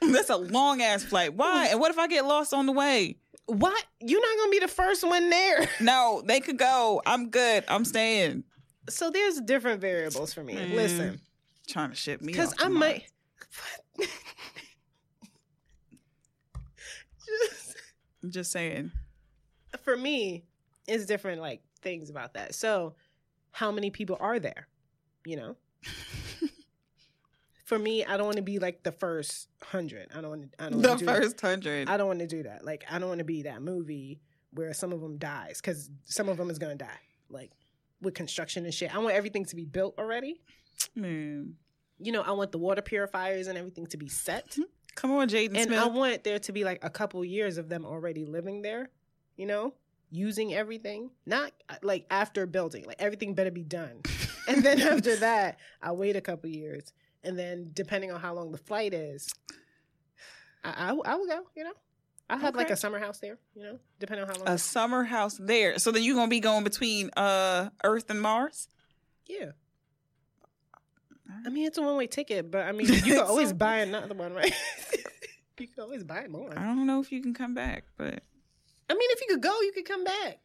Speaker 4: That's a long ass flight. Why? And what if I get lost on the way?
Speaker 3: What? You're not gonna be the first one there.
Speaker 4: No, they could go. I'm good. I'm staying.
Speaker 3: So there's different variables for me.
Speaker 4: Mm.
Speaker 3: Listen,
Speaker 4: Trying to ship me
Speaker 3: because
Speaker 4: off
Speaker 3: I
Speaker 4: tomorrow.
Speaker 3: might. Just
Speaker 4: I'm just saying.
Speaker 3: for me, it's different like things about that. So, how many people are there? You know. for me, I don't want to be like the first hundred. I don't. want. I don't.
Speaker 4: The
Speaker 3: wanna do that.
Speaker 4: first hundred.
Speaker 3: I don't want to do that. Like, I don't want to be that movie where some of them dies because some of them is gonna die. Like with construction and shit. I want everything to be built already.
Speaker 4: Man.
Speaker 3: You know, I want the water purifiers and everything to be set,
Speaker 4: Come on, Jaden
Speaker 3: and
Speaker 4: Smith.
Speaker 3: I want there to be like a couple years of them already living there. You know, using everything, not uh, like after building. Like everything better be done, and then after that, I wait a couple years, and then depending on how long the flight is, I I, I will go. You know. I have like
Speaker 4: Okay.
Speaker 3: a summer house there, you know, depending on how long.
Speaker 4: a summer house there. So then you're gonna be going between uh Earth and Mars.
Speaker 3: Yeah. I mean, it's a one way ticket, but I mean, you can always
Speaker 4: So-
Speaker 3: buy another one, right? you can always buy more.
Speaker 4: I
Speaker 3: I
Speaker 4: don't know if you can come back, but
Speaker 3: mean, if you could go, you could come back.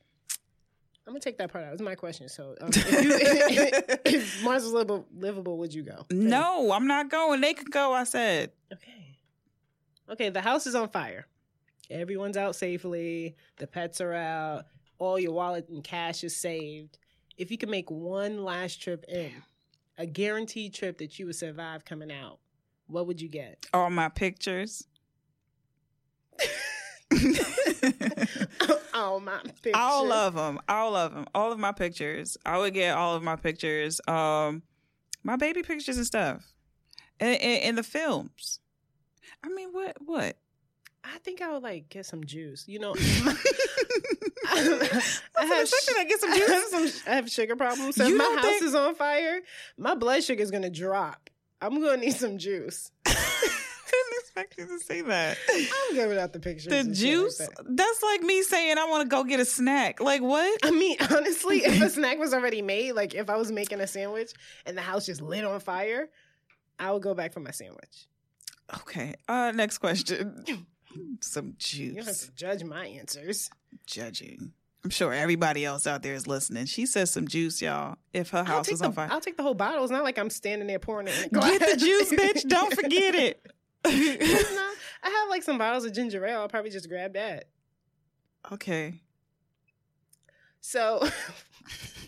Speaker 3: I'm gonna take that part out. It's my question. So, um, if, you, if Mars was livable, livable, would you go?
Speaker 4: no, I'm not going. They could go. I said.
Speaker 3: Okay. Okay. The house is on fire. Everyone's out safely. The pets are out. All your wallet and cash is saved. If you could make one last trip in, a guaranteed trip that you would survive coming out, what would you get?
Speaker 4: all my pictures.
Speaker 3: all Oh, my pictures.
Speaker 4: all of them, all of them, all of my pictures. I would get all of my pictures, um, my baby pictures and stuff, and, and, and the films. I mean, what, what?
Speaker 3: I think I would like get some juice. You know,
Speaker 4: I
Speaker 3: I have
Speaker 4: I get some
Speaker 3: I have
Speaker 4: juice.
Speaker 3: some. I have sugar problems. So
Speaker 4: You
Speaker 3: if my
Speaker 4: don't
Speaker 3: house
Speaker 4: think-
Speaker 3: is on fire, my blood sugar is gonna drop. I'm gonna need some juice.
Speaker 4: Couldn't expect you to say that.
Speaker 3: I'm good without the pictures.
Speaker 4: The
Speaker 3: and shit like
Speaker 4: juice?
Speaker 3: that.
Speaker 4: That's like me saying I want to go get a snack. Like what?
Speaker 3: I mean, honestly, if a snack was already made, like if I was making a sandwich and the house just lit on fire, I would go back for my sandwich.
Speaker 4: Okay. Uh, next question. Some
Speaker 3: You don't have
Speaker 4: juice.
Speaker 3: to judge my answers.
Speaker 4: judging. I'm sure everybody else out there is listening. She says some juice, y'all. If her
Speaker 3: I'll
Speaker 4: house
Speaker 3: take,
Speaker 4: is
Speaker 3: the,
Speaker 4: on fire,
Speaker 3: I'll take the whole bottle. It's not like I'm standing there pouring it. In a glass.
Speaker 4: get the juice, bitch. Don't forget
Speaker 3: It's
Speaker 4: it.
Speaker 3: not- I have like some bottles of ginger ale. I'll probably just grab that.
Speaker 4: okay,
Speaker 3: So,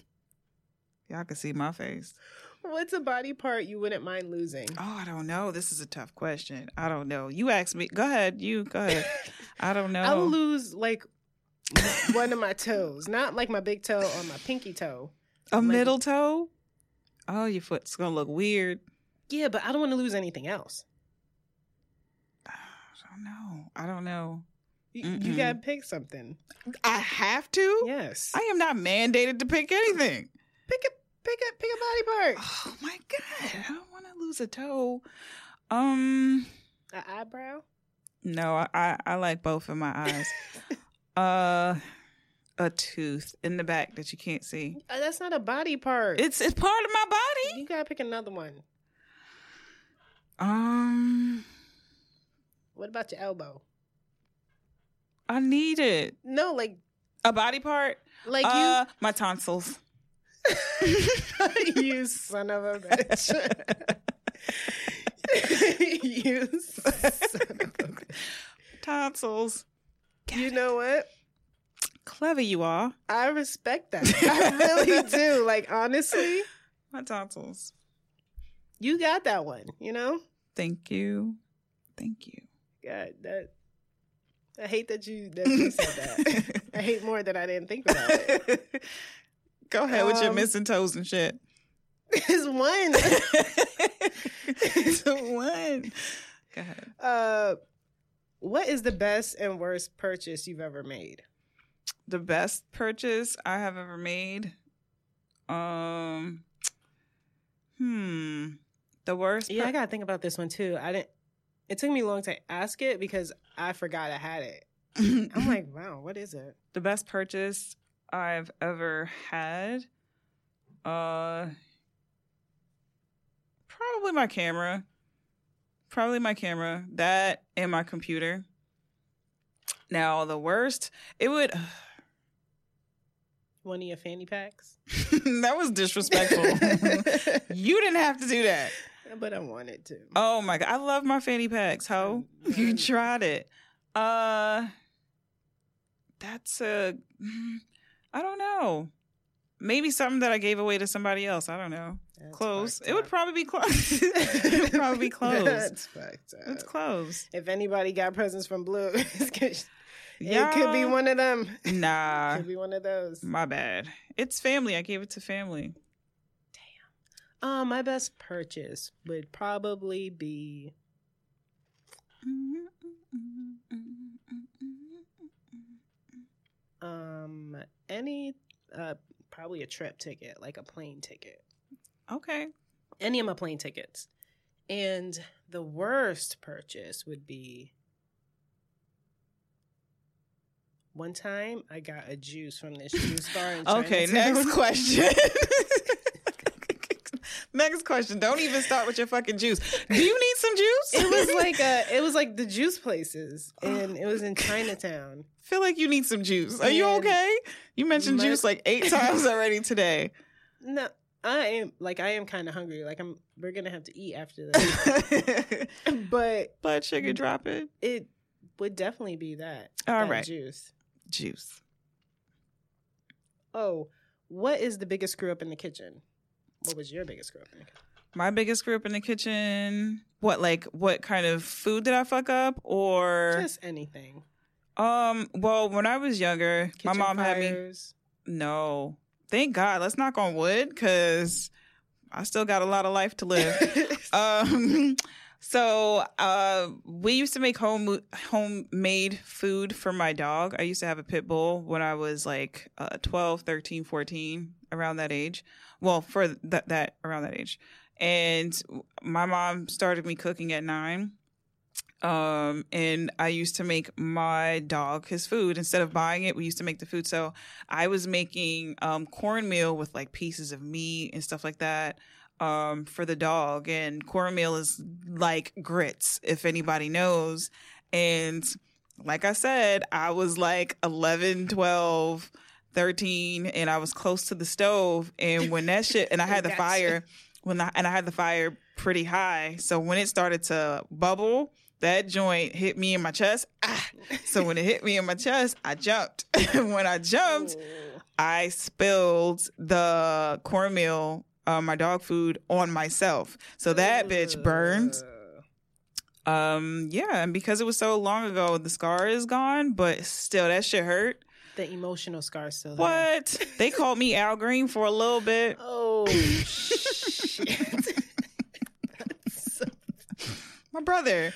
Speaker 4: y'all can see my face.
Speaker 3: what's a body part you wouldn't mind losing?
Speaker 4: Oh, I don't know. This is a tough question. I don't know. You asked me. Go ahead. You go ahead. I don't know.
Speaker 3: I would lose like one of my toes, not like my big toe or my pinky toe.
Speaker 4: a middle toe. Oh, your foot's gonna look weird.
Speaker 3: Yeah, but I don't want to lose anything else.
Speaker 4: I don't know. I don't know.
Speaker 3: You, you
Speaker 4: Mm-mm.
Speaker 3: gotta pick something.
Speaker 4: I have to.
Speaker 3: Yes,
Speaker 4: I am not mandated to pick anything.
Speaker 3: pick a pick a pick a body part.
Speaker 4: Oh my god, I don't want to lose a toe. Um,
Speaker 3: An eyebrow.
Speaker 4: no, I, I I like both of my eyes. uh, a tooth in the back that you can't see.
Speaker 3: Uh, That's not a body part.
Speaker 4: It's it's part of my body.
Speaker 3: you gotta pick another one.
Speaker 4: Um,
Speaker 3: What about your elbow?
Speaker 4: I need it.
Speaker 3: No, like
Speaker 4: A body part.
Speaker 3: like
Speaker 4: uh, my tonsils. Uh.
Speaker 3: you, you son of a bitch. you, son of a bitch.
Speaker 4: tonsils.
Speaker 3: you know what?
Speaker 4: Clever you are.
Speaker 3: I respect that. I really do. Like honestly,
Speaker 4: My tonsils.
Speaker 3: you got that one. You know,
Speaker 4: Thank you. Thank you.
Speaker 3: God, that I hate that you that you said that. I hate more that I didn't think about it.
Speaker 4: Go ahead with your
Speaker 3: Um,
Speaker 4: missing toes and shit.
Speaker 3: It's one.
Speaker 4: it's a one. Go ahead.
Speaker 3: Uh, what is the best and worst purchase you've ever made?
Speaker 4: The best purchase I have ever made. Um. Hmm. The worst.
Speaker 3: Yeah,
Speaker 4: pur-
Speaker 3: I gotta think about this one too. I didn't. It took me long to ask it because I forgot I had it. I'm like, wow, what is it?
Speaker 4: the best purchase I've ever had. Uh. Probably my camera. Probably my camera, that, and my computer. Now, the worst, it would.
Speaker 3: One of your fanny packs.
Speaker 4: that was disrespectful. you didn't have to do that.
Speaker 3: but I wanted to.
Speaker 4: Oh my god, I love my fanny packs, ho. You
Speaker 3: Mm.
Speaker 4: tried it. Uh that's a mm, I don't know. Maybe something that I gave away to somebody else. I don't know.
Speaker 3: That's
Speaker 4: Clothes.
Speaker 3: fucked
Speaker 4: It would
Speaker 3: up.
Speaker 4: probably be clothes. it would probably be clothes.
Speaker 3: That's fucked up.
Speaker 4: It's clothes.
Speaker 3: if anybody got presents from Blue, it's 'cause it could
Speaker 4: Y'all-
Speaker 3: be one of them.
Speaker 4: Nah.
Speaker 3: could be one of those.
Speaker 4: My bad. It's family. I gave it to family.
Speaker 3: Uh, my best purchase would probably be
Speaker 4: Mm-hmm,
Speaker 3: um any uh probably a trip ticket, like a plane ticket.
Speaker 4: Okay.
Speaker 3: Any of my plane tickets. And the worst purchase would be one time I got a juice from this juice bar. in
Speaker 4: Okay,
Speaker 3: Chinatown.
Speaker 4: next question. next question. Don't even start with your fucking juice. Do you need some juice?
Speaker 3: It was like a, it was like the juice places, and it was in Chinatown.
Speaker 4: feel like you need some juice. Are you
Speaker 3: Man.
Speaker 4: okay? You mentioned
Speaker 3: My-
Speaker 4: juice like eight times already today.
Speaker 3: No, I am like I am kind of hungry. Like I'm, we're gonna have to eat after this. but
Speaker 4: Blood sugar dropping.
Speaker 3: it would definitely be that.
Speaker 4: All
Speaker 3: that
Speaker 4: right.
Speaker 3: juice.
Speaker 4: Juice.
Speaker 3: Oh, what is the biggest screw up in the kitchen? What was your biggest screw up? In the kitchen?
Speaker 4: My biggest screw up in the kitchen. What like what kind of food did I fuck up or
Speaker 3: Just anything.
Speaker 4: um well when I was younger my
Speaker 3: Kitchen
Speaker 4: mom had me
Speaker 3: fires.
Speaker 4: No. Thank God. Let's knock on wood because I still got a lot of life to live. um, so uh, we used to make home homemade food for my dog. I used to have a pit bull when I was like uh, 12, 13, 14, around that age. Well, for that that around that age. And my mom started me cooking at 9. Um, and I used to make my dog his food instead of buying it. We used to make the food. So I was making um, cornmeal with like pieces of meat and stuff like that um, for the dog. And cornmeal is like grits, if anybody knows. And like I said, I was like 11, 12, 13, and I was close to the stove. And when that shit, and I had the
Speaker 3: Gotcha.
Speaker 4: fire, when I, and I had the fire pretty high. So when it started to bubble, that joint hit me in my chest. Ah. So when it hit me in my chest, I jumped. when I
Speaker 3: Oh.
Speaker 4: jumped,
Speaker 3: Ooh.
Speaker 4: I spilled the cornmeal, uh, my dog food, on myself. So that bitch burned.
Speaker 3: Ugh.
Speaker 4: Um, yeah, and because it was so long ago, the scar is gone, but still, that shit hurt.
Speaker 3: The emotional scar still there.
Speaker 4: What? they called me Al Green for a little bit.
Speaker 3: Oh shit!
Speaker 4: My brother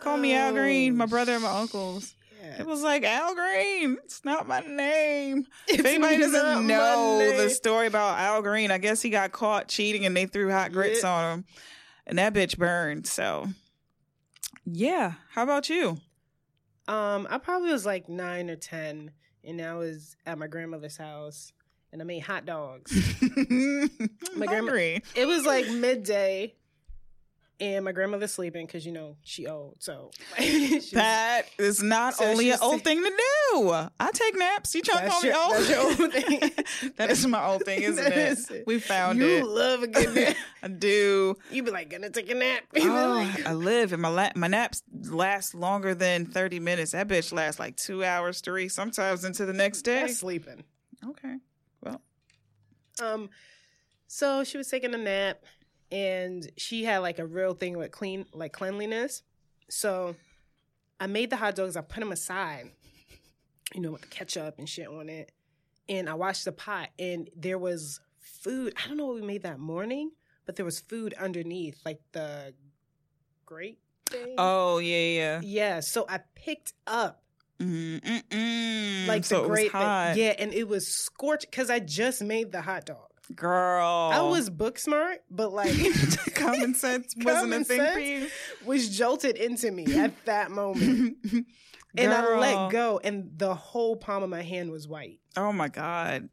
Speaker 4: called me Al Green. My
Speaker 3: Oh,
Speaker 4: brother and my uncles.
Speaker 3: Yeah.
Speaker 4: It was like Al Green. It's not my name. If
Speaker 3: It's
Speaker 4: anybody
Speaker 3: not
Speaker 4: doesn't
Speaker 3: my
Speaker 4: know the
Speaker 3: name.
Speaker 4: story about Al Green, I guess he got caught cheating and they threw hot grits
Speaker 3: Yeah.
Speaker 4: on him, and that bitch burned. So, yeah. How about you?
Speaker 3: Um, I probably was like nine or ten, and I was at my grandmother's house, and I made hot dogs.
Speaker 4: my
Speaker 3: grandma-
Speaker 4: Green.
Speaker 3: it was like midday, and my grandmother's sleeping because you know she old, so she was-
Speaker 4: That is not
Speaker 3: So
Speaker 4: only
Speaker 3: she
Speaker 4: an old
Speaker 3: said-
Speaker 4: thing to do. I take naps. You trying to
Speaker 3: That's
Speaker 4: call me
Speaker 3: your-
Speaker 4: old?
Speaker 3: that's your old thing.
Speaker 4: that is my old thing, isn't
Speaker 3: That
Speaker 4: it?
Speaker 3: is it.
Speaker 4: We found
Speaker 3: you
Speaker 4: it.
Speaker 3: love a good nap.
Speaker 4: I do.
Speaker 3: You be like, gonna take a nap. You be
Speaker 4: Oh,
Speaker 3: like,
Speaker 4: I live, and my la- my naps last longer than thirty minutes. That bitch lasts like two hours, three, sometimes into the next day.
Speaker 3: that's sleeping.
Speaker 4: Okay, well,
Speaker 3: Um, so she was taking a nap, and she had like a real thing with clean, like cleanliness. So I made the hot dogs. I put them aside, you know, with the ketchup and shit on it. And I washed the pot, and there was food. I don't know what we made that morning, but there was food underneath, like the grate thing.
Speaker 4: oh yeah, yeah,
Speaker 3: yeah. So I picked up
Speaker 4: mm, mm, mm.
Speaker 3: like
Speaker 4: so
Speaker 3: the
Speaker 4: it
Speaker 3: grate
Speaker 4: was hot,
Speaker 3: thing. Yeah, and it was scorched because I just made the hot dog.
Speaker 4: girl.
Speaker 3: I was book smart, but like
Speaker 4: common sense wasn't
Speaker 3: Common
Speaker 4: a thing
Speaker 3: sense?
Speaker 4: for you,
Speaker 3: was jolted into me at that moment. And I
Speaker 4: Girl.
Speaker 3: let go and the whole palm of my hand was white.
Speaker 4: Oh my god,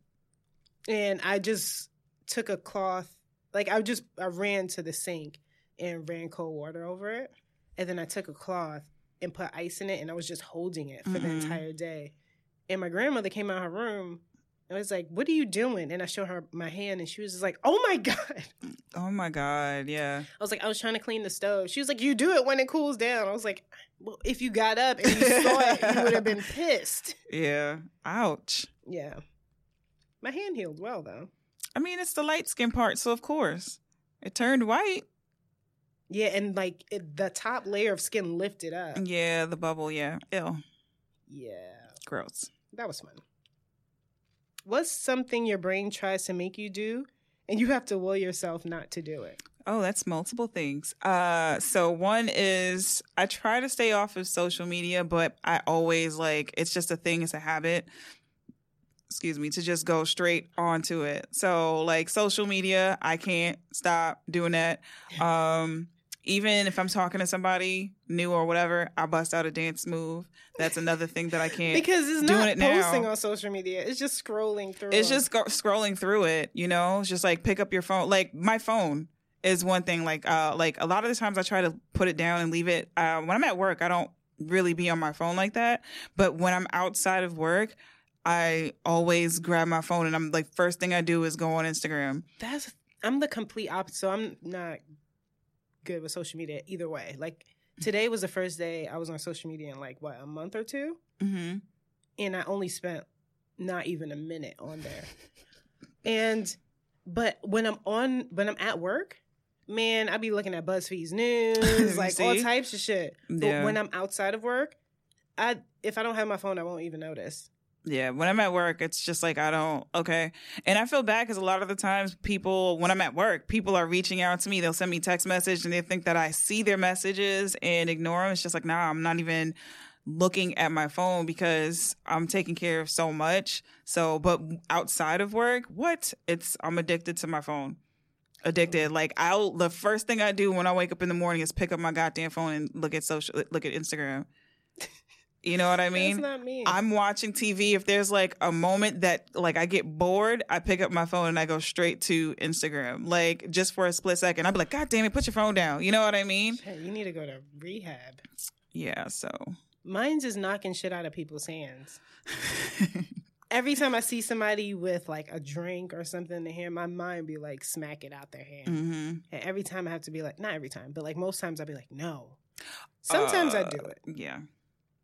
Speaker 3: And I just took a cloth, like I just I ran to the sink and ran cold water over it. And then I took a cloth and put ice in it, and I was just holding it for the
Speaker 4: Mm-mm.
Speaker 3: entire day. And my grandmother came out of her room and was like, What are you doing? And I showed her my hand, and she was just like, Oh my God.
Speaker 4: Oh my god, yeah.
Speaker 3: I was like, I was trying to clean the stove. She was like, You do it when it cools down. I was like, Well, if you got up and you saw it, you would have been pissed.
Speaker 4: Yeah. Ouch.
Speaker 3: Yeah. My hand healed well, though.
Speaker 4: I mean, it's the light skin part, so of course. It turned white.
Speaker 3: Yeah, and like it, the top layer of skin lifted up.
Speaker 4: Yeah, the bubble, yeah. Ew.
Speaker 3: Yeah.
Speaker 4: Gross.
Speaker 3: That was fun. What's something your brain tries to make you do and you have to will yourself not to do it?
Speaker 4: Oh, that's multiple things. Uh, so one is I try to stay off of social media, but I always like it's just a thing, it's a habit. Excuse me, to just go straight onto it. So like social media, I can't stop doing that. Um, even if I'm talking to somebody new or whatever, I bust out a dance move. That's another thing that I can't.
Speaker 3: Because it's
Speaker 4: Doing
Speaker 3: not
Speaker 4: it now.
Speaker 3: posting on social media, it's just scrolling through.
Speaker 4: It's
Speaker 3: them.
Speaker 4: just go- scrolling through it, you know. It's just like pick up your phone. Like my phone is one thing. Like uh, like a lot of the times I try to put it down and leave it. Uh, when I'm at work, I don't really be on my phone like that. But when I'm outside of work, I always grab my phone and I'm like, first thing I do is go on Instagram.
Speaker 3: that's I'm the complete opposite. So I'm not good with social media either way. Like today was the first day I was on social media in like what, a month or two?
Speaker 4: Mm-hmm.
Speaker 3: and I only spent not even a minute on there. And but when I'm on when I'm at work, man, I be looking at BuzzFeed's news, like all
Speaker 4: See?
Speaker 3: types of shit.
Speaker 4: Yeah.
Speaker 3: But when I'm outside of work, I if I don't have my phone, I won't even notice.
Speaker 4: Yeah, when I'm at work, it's just like I don't okay, and I feel bad because a lot of the times people, when I'm at work, people are reaching out to me. They'll send me text message and they think that I see their messages and ignore them. It's just like nah, I'm not even looking at my phone because I'm taking care of so much. So, but outside of work, what? It's I'm addicted to my phone. Addicted. Like I'll the first thing I do when I wake up in the morning is pick up my goddamn phone and look at social, look at Instagram. You know what I mean?
Speaker 3: That's not me.
Speaker 4: I'm watching TV. If there's like a moment that like I get bored, I pick up my phone and I go straight to Instagram, like just for a split second. I'd be like, God damn it, put your phone down. You know what I mean?
Speaker 3: Shit, you need to go to rehab.
Speaker 4: Yeah. So
Speaker 3: Mine's just knocking shit out of people's hands. Every time I see somebody with like a drink or something in their hand, my mind be like smack it out their hand.
Speaker 4: hmm
Speaker 3: And every time I have to be like, not every time, but like most times I'll be like, no. Sometimes
Speaker 4: Uh,
Speaker 3: I do it.
Speaker 4: yeah,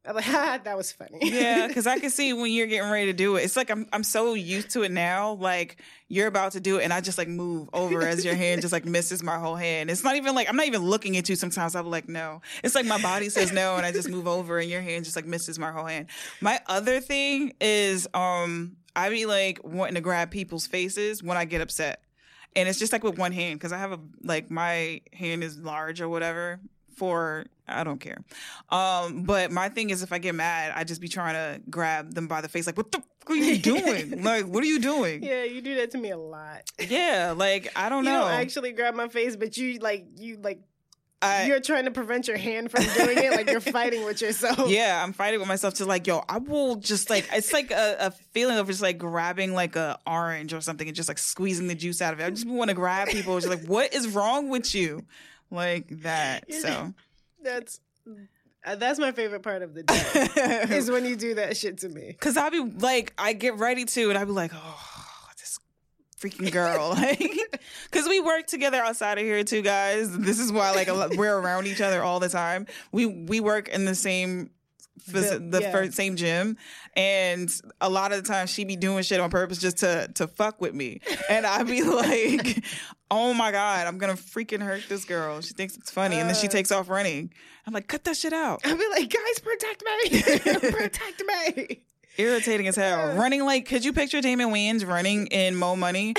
Speaker 3: I'm like, ha, that was funny.
Speaker 4: yeah, because I can see when you're getting ready to do it. It's like I'm I'm so used to it now. Like you're about to do it, and I just like move over as your hand just like misses my whole hand. It's not even like I'm not even looking at you. Sometimes I'm like no. It's like my body says no, and I just move over, and your hand just like misses my whole hand. My other thing is um I be like wanting to grab people's faces when I get upset. And it's just like with one hand because I have a like my hand is large or whatever for I don't care. Um, but my thing is if I get mad, I just be trying to grab them by the face, like, what the fuck are you doing? like, what are you doing?
Speaker 3: Yeah,
Speaker 4: Yeah.
Speaker 3: you do that to me a lot.
Speaker 4: like I don't
Speaker 3: You
Speaker 4: know.
Speaker 3: don't actually grab my face, but you like you like
Speaker 4: I-
Speaker 3: you're trying to prevent your hand from doing it, like you're fighting with yourself.
Speaker 4: yeah, I'm fighting with myself to like, yo, I will just like it's like a, a feeling of just like grabbing like a orange or something and just like squeezing the juice out of it. I just want to grab people. It's like, what is wrong with you? Like that. So
Speaker 3: That's uh, that's my favorite part of the day is when you do that shit to me.
Speaker 4: Cause I'll be like, I get ready to, and I'll be like, oh, this freaking girl. Like, cause we work together outside of here too, guys. This is why like a lot, we're around each other all the time. We we work in the same. phys- The
Speaker 3: yeah.
Speaker 4: first same gym, and a lot of the time she be doing shit on purpose just to to fuck with me, and I be like, "Oh my god, I'm gonna freaking hurt this girl." She thinks it's funny, and then she takes off running. I'm like, "Cut that shit out!"
Speaker 3: I'll be like, guys, protect me, protect me.
Speaker 4: irritating as hell. Running like, could you picture Damon Wayans running in Mo Money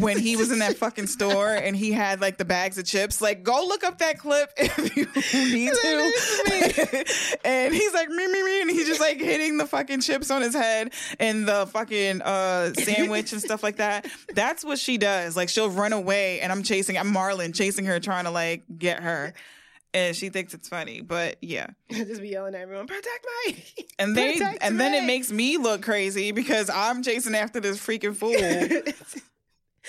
Speaker 4: when he was in that fucking store and he had like the bags of chips? Like, go look up that clip if you need to. and he's like, me, me, me, and he's just like hitting the fucking chips on his head and the fucking uh, sandwich and stuff like that. That's what she does. Like, she'll run away and I'm chasing. I'm Marlon chasing her, trying to like get her. And she thinks it's funny, but yeah.
Speaker 3: Just be yelling at everyone, protect me.
Speaker 4: And they
Speaker 3: Protect
Speaker 4: and then it
Speaker 3: me.
Speaker 4: makes me look crazy because I'm chasing after this freaking fool.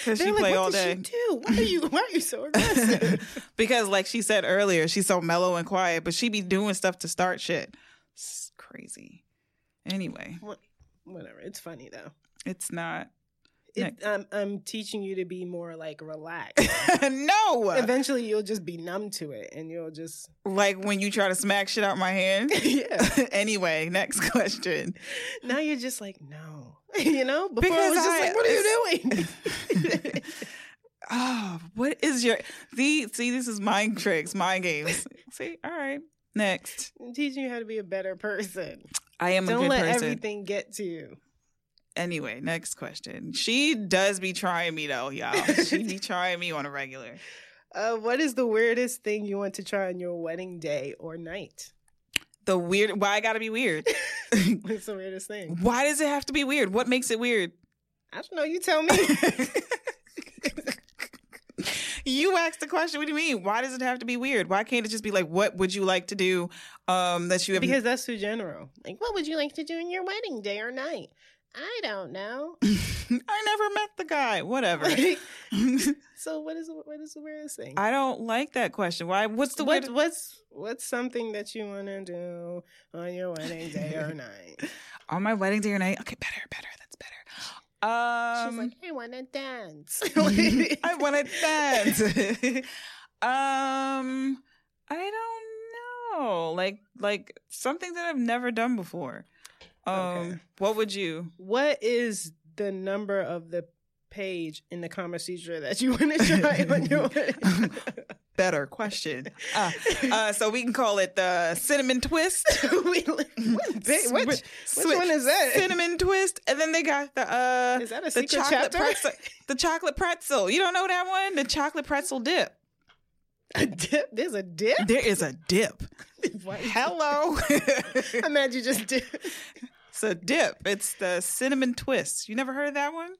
Speaker 4: Cause
Speaker 3: They're
Speaker 4: she
Speaker 3: like,
Speaker 4: play
Speaker 3: what
Speaker 4: all
Speaker 3: did
Speaker 4: day.
Speaker 3: she do? Why are you why are you so aggressive?
Speaker 4: because like she said earlier, she's so mellow and quiet, but she be doing stuff to start shit. It's crazy. Anyway,
Speaker 3: Whatever. It's funny though.
Speaker 4: it's not.
Speaker 3: It, um, I'm teaching you to be more like relaxed.
Speaker 4: no,
Speaker 3: Eventually, you'll just be numb to it, and you'll just
Speaker 4: like when you try to smack shit out my hand.
Speaker 3: yeah.
Speaker 4: anyway, next question.
Speaker 3: Now you're just like no, you know. Before it
Speaker 4: Because
Speaker 3: was just
Speaker 4: I-
Speaker 3: like, what are you doing?
Speaker 4: Oh, what is your the see? This is mind tricks, mind games. see, all right. Next,
Speaker 3: I'm teaching you how to be a better person.
Speaker 4: I am a
Speaker 3: Don't
Speaker 4: good
Speaker 3: let
Speaker 4: person.
Speaker 3: everything get to you.
Speaker 4: Anyway, next question. She does be trying me though, y'all. She be trying me on a regular.
Speaker 3: Uh, what is the weirdest thing you want to try on your wedding day or night?
Speaker 4: The weird. Why I gotta be weird?
Speaker 3: What's the weirdest thing?
Speaker 4: Why does it have to be weird? What makes it weird?
Speaker 3: I don't know. You tell me.
Speaker 4: you asked the question. What do you mean? Why does it have to be weird? Why can't it just be like, what would you like to do? Um, that you have
Speaker 3: because that's too general. Like, what would you like to do in your wedding day or night? I don't know.
Speaker 4: I never met the guy. Whatever.
Speaker 3: Like, so what is what is the weirdest thing?
Speaker 4: I don't like that question. Why? What's the
Speaker 3: what,
Speaker 4: weird?
Speaker 3: what's what's something that you want to do on your wedding day or night?
Speaker 4: On my wedding day or night? Okay, better, better. That's better. Um,
Speaker 3: She's like, I want to dance.
Speaker 4: I want to dance. um, I don't know. Like, like something that I've never done before. Um,
Speaker 3: Okay.
Speaker 4: what would you?
Speaker 3: What is the number of the page in the Kama Sutra that you want to try on your wedding?
Speaker 4: Better question. Uh, uh, so we can call it the cinnamon twist.
Speaker 3: We like, what, day- what-
Speaker 4: Switch-
Speaker 3: which one is that?
Speaker 4: Cinnamon twist, and then they got the uh,
Speaker 3: Is that a
Speaker 4: the
Speaker 3: secret
Speaker 4: chocolate
Speaker 3: chapter?
Speaker 4: pretzel. The chocolate pretzel. You don't know that one? The chocolate pretzel dip.
Speaker 3: A dip? There's a dip?
Speaker 4: There is a dip.
Speaker 3: Why-
Speaker 4: Hello.
Speaker 3: I'm mad you just did.
Speaker 4: It's a dip. It's the cinnamon twist. You never heard of that one?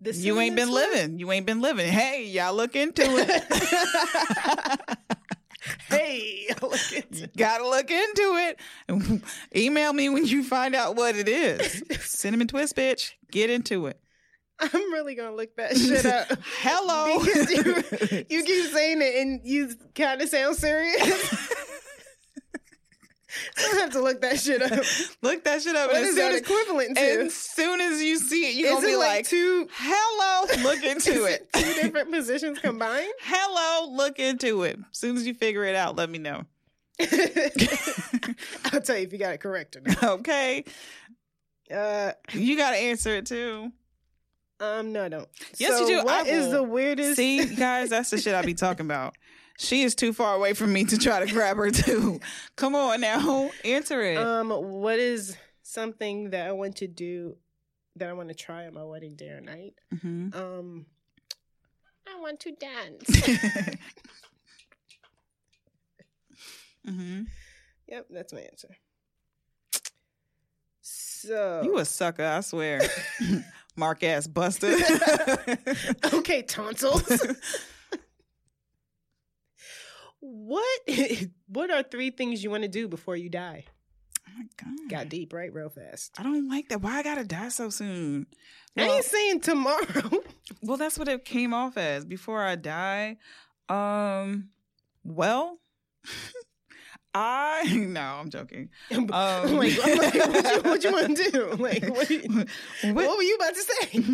Speaker 3: The
Speaker 4: you
Speaker 3: cinnamon
Speaker 4: ain't been
Speaker 3: twist?
Speaker 4: living. You ain't been living. Hey, y'all look into it.
Speaker 3: Hey, look at
Speaker 4: You
Speaker 3: you.
Speaker 4: Gotta look into it. Email me when you find out what it is. cinnamon twist, bitch. Get into it.
Speaker 3: I'm really gonna look that shit up.
Speaker 4: Hello.
Speaker 3: Because you, you keep saying it and you kind of sound serious. I have to look that shit up.
Speaker 4: look that shit up.
Speaker 3: What
Speaker 4: and
Speaker 3: is
Speaker 4: as soon
Speaker 3: that
Speaker 4: as,
Speaker 3: equivalent to?
Speaker 4: as soon as you see it, you're
Speaker 3: Is
Speaker 4: gonna
Speaker 3: it
Speaker 4: be
Speaker 3: like
Speaker 4: like,
Speaker 3: two-
Speaker 4: hello, look into
Speaker 3: Is
Speaker 4: it.
Speaker 3: it Two different positions combined.
Speaker 4: hello, look into it. As soon as you figure it out, let me know.
Speaker 3: I'll tell you if you got it correct or not.
Speaker 4: Okay.
Speaker 3: Uh,
Speaker 4: You gotta answer it too.
Speaker 3: um, no, I don't.
Speaker 4: Yes,
Speaker 3: So
Speaker 4: you do.
Speaker 3: What
Speaker 4: I
Speaker 3: is
Speaker 4: will.
Speaker 3: the weirdest?
Speaker 4: See, guys, that's the shit I be talking about. She is too far away from me to try to grab her too. Come on now, answer it.
Speaker 3: Um, what is something that I want to do that I want to try on my wedding day or night?
Speaker 4: Mhm.
Speaker 3: Um, I want to dance. Mm-hmm.
Speaker 4: Mhm.
Speaker 3: yep, that's my answer. So
Speaker 4: You a sucker, I swear. Mark ass buster. Oh
Speaker 3: okay, tonsils. what What are three things you want to do before you die?
Speaker 4: Oh my God.
Speaker 3: Got deep, right? Real fast.
Speaker 4: I don't like that. Why I gotta die so soon?
Speaker 3: I
Speaker 4: Well,
Speaker 3: ain't saying tomorrow.
Speaker 4: well, that's what it came off as. Before I die, um, well, I no, I'm joking.
Speaker 3: I'm
Speaker 4: Um.
Speaker 3: like, I'm like, what you, what you want to do? Like, what, do you- what,
Speaker 4: What-
Speaker 3: were you about to say?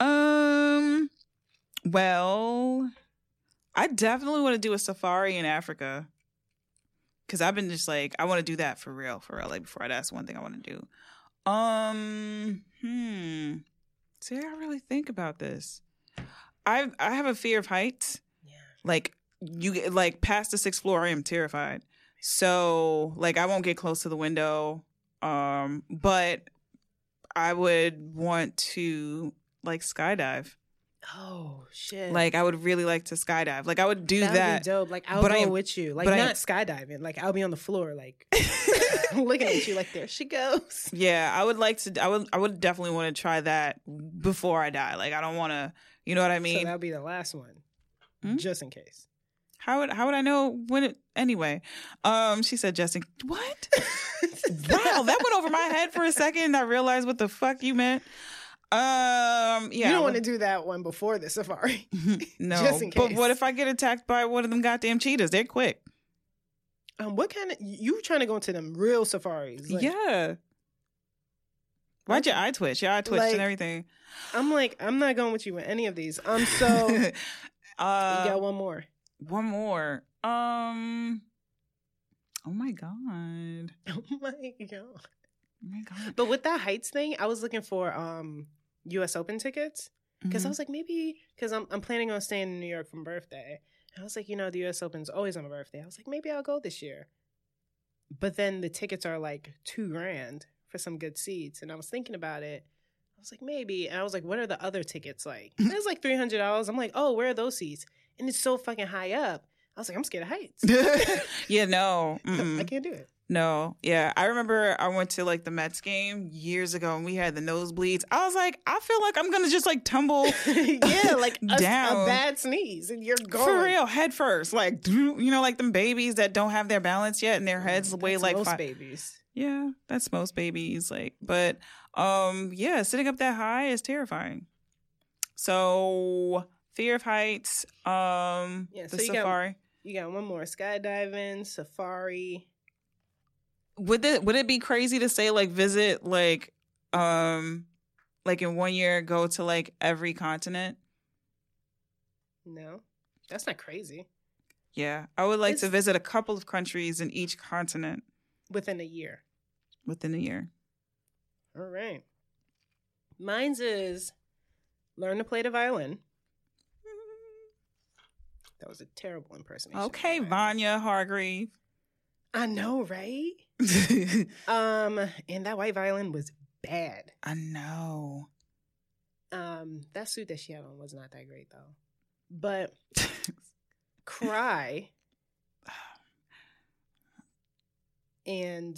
Speaker 4: um, well, I definitely want to do a safari in Africa because I've been just like I want to do that for real, for real. Like before I die, that's one thing I want to do. Um, hmm. See, I gotta really think about this. I I have a fear of heights.
Speaker 3: Yeah.
Speaker 4: Like you get like past the sixth floor, I am terrified. So like I won't get close to the window. Um, but I would want to like skydive.
Speaker 3: Oh shit!
Speaker 4: Like I would really like to skydive. Like I would do
Speaker 3: That'd
Speaker 4: that.
Speaker 3: be dope. Like, I'll
Speaker 4: But
Speaker 3: go
Speaker 4: I am-
Speaker 3: with you. Like,
Speaker 4: but I
Speaker 3: not
Speaker 4: am-
Speaker 3: skydiving. Like, I'll be on the floor, like looking at you. Like, there she goes.
Speaker 4: Yeah, I would like to. I would. I would definitely want to try that before I die. Like I don't want to. You know what I
Speaker 3: so
Speaker 4: mean?
Speaker 3: that'll be the last one,
Speaker 4: Hmm?
Speaker 3: just in case.
Speaker 4: how would How would I know when it? Anyway, um, she said, Justin, what? wow, that went over my head for a second. And I realized what the fuck you meant. Um, yeah.
Speaker 3: you don't want to do that one before the safari.
Speaker 4: no.
Speaker 3: just in
Speaker 4: But what
Speaker 3: case.
Speaker 4: if I get attacked by one of them goddamn cheetahs? They're quick.
Speaker 3: Um, what kind of you trying to go into them real safaris? Like,
Speaker 4: yeah. Why'd your eye twitch? Your eye twitched
Speaker 3: Like,
Speaker 4: and everything.
Speaker 3: I'm like, I'm not going with you with any of these. Um, so we
Speaker 4: uh,
Speaker 3: got one more.
Speaker 4: one more. Um. Oh my god. Oh
Speaker 3: Oh my god!
Speaker 4: my god.
Speaker 3: But with that heights thing, I was looking for um U.S. Open tickets because
Speaker 4: Mm-hmm.
Speaker 3: I was like maybe because I'm I'm planning on staying in New York for my birthday. And I was like, you know, the U.S. Open's always on my birthday. I was like, maybe I'll go this year. But then the tickets are like two grand for some good seats, and I was thinking about it. I was like, maybe, and I was like, what are the other tickets like? And it's like three hundred dollars. I'm like, oh, where are those seats? And it's so fucking high up. I was like, I'm scared of heights.
Speaker 4: Mhm. yeah. No. mm-mm.
Speaker 3: I can't do it.
Speaker 4: No, yeah. I remember I went to like the Mets game years ago and we had the nosebleeds. I was like, I feel like I'm gonna just like tumble
Speaker 3: yeah, like a,
Speaker 4: Down.
Speaker 3: a bad sneeze, and you're going
Speaker 4: for real head first. Like, doo- you know, like them babies that don't have their balance yet and their heads weigh
Speaker 3: Mm, That's
Speaker 4: like
Speaker 3: most
Speaker 4: fi-
Speaker 3: babies.
Speaker 4: Yeah, that's most babies. Like, but um, yeah, sitting up that high is terrifying. So fear of heights, um
Speaker 3: Yeah,
Speaker 4: the
Speaker 3: so you got-
Speaker 4: safari.
Speaker 3: You got one more skydiving, safari.
Speaker 4: would it would it be crazy to say like visit like um like in one year go to like every continent
Speaker 3: No, that's not crazy.
Speaker 4: yeah i would like to
Speaker 3: It's-
Speaker 4: visit a couple of countries in each continent
Speaker 3: Within a year.
Speaker 4: within a year
Speaker 3: All right. Mine's is learn to play the violin. That was a terrible impersonation. by
Speaker 4: okay
Speaker 3: the way.
Speaker 4: vanya hargrave
Speaker 3: I know, right? Um, and that white violin was bad.
Speaker 4: i know
Speaker 3: Um, that suit that she had on was not that great though. But cry and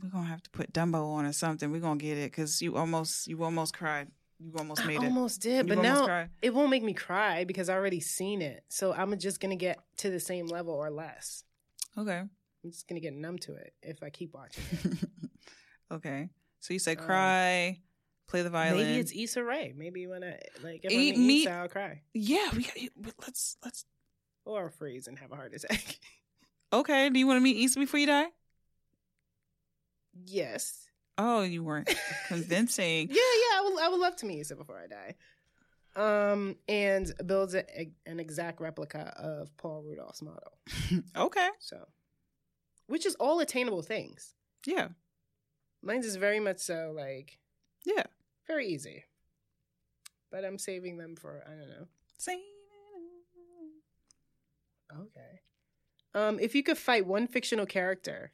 Speaker 4: we're gonna have to put dumbo on or something we're gonna get it because you almost you almost cried you almost
Speaker 3: I
Speaker 4: made it
Speaker 3: almost did,
Speaker 4: You
Speaker 3: but
Speaker 4: almost
Speaker 3: now
Speaker 4: cried.
Speaker 3: it won't make me cry because I already seen it. So I'm just gonna get to the same level or less.
Speaker 4: okay
Speaker 3: I'm just gonna get numb to it if I keep watching. it.
Speaker 4: okay so you said
Speaker 3: Um,
Speaker 4: cry play the violin E,
Speaker 3: Maybe it's Issa Rae. Maybe when I like if
Speaker 4: Eat
Speaker 3: I'm in
Speaker 4: meat.
Speaker 3: Issa, I'll cry
Speaker 4: yeah we gotta, let's let's
Speaker 3: or I'll freeze and have a heart attack.
Speaker 4: Okay. Do you want to meet Issa before you die?
Speaker 3: yes.
Speaker 4: Oh, you weren't
Speaker 3: Yeah,
Speaker 4: convincing.
Speaker 3: yeah. I would. I would love to meet Issa before I die. Um, and builds a, an exact replica of Paul Rudolph's motto.
Speaker 4: okay.
Speaker 3: So, which is all attainable things.
Speaker 4: Yeah.
Speaker 3: Mine's is very much so like
Speaker 4: Yeah.
Speaker 3: very easy. But I'm saving them for I don't know.
Speaker 4: Same.
Speaker 3: Okay. Um, if you could fight one fictional character,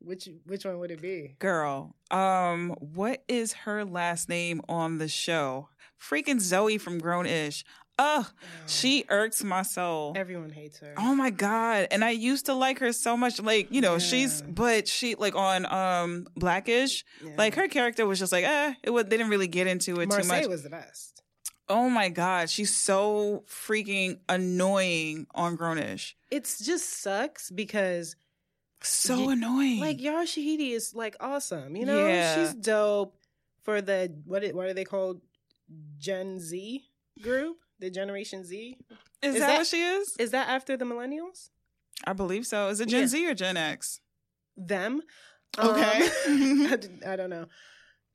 Speaker 3: which which one would it be?
Speaker 4: Girl, um, what is her last name on the show? Freaking Zoe from Grown Ish. Ugh, she irks my soul.
Speaker 3: Oh, Everyone hates her.
Speaker 4: Oh my god! And I used to like her so much. Like you know, she's
Speaker 3: Yeah.
Speaker 4: but she like on um Blackish.
Speaker 3: Yeah.
Speaker 4: Like her character was just like eh. It was they didn't really get into it too
Speaker 3: Marseille
Speaker 4: much.
Speaker 3: was the best.
Speaker 4: Oh my God, she's so freaking annoying on Grownish.
Speaker 3: It's just sucks because
Speaker 4: So
Speaker 3: Ye-
Speaker 4: annoying.
Speaker 3: like Yara Shahidi is like awesome. You know,
Speaker 4: Yeah.
Speaker 3: she's dope for the what i- what are they called? Gen Z group, the Generation Z.
Speaker 4: is,
Speaker 3: is
Speaker 4: that,
Speaker 3: that-
Speaker 4: what she is?
Speaker 3: Is that after the millennials?
Speaker 4: I believe so. Is it Gen
Speaker 3: Yeah.
Speaker 4: Z or Gen X?
Speaker 3: Them.
Speaker 4: Okay.
Speaker 3: Um, I d- I don't know.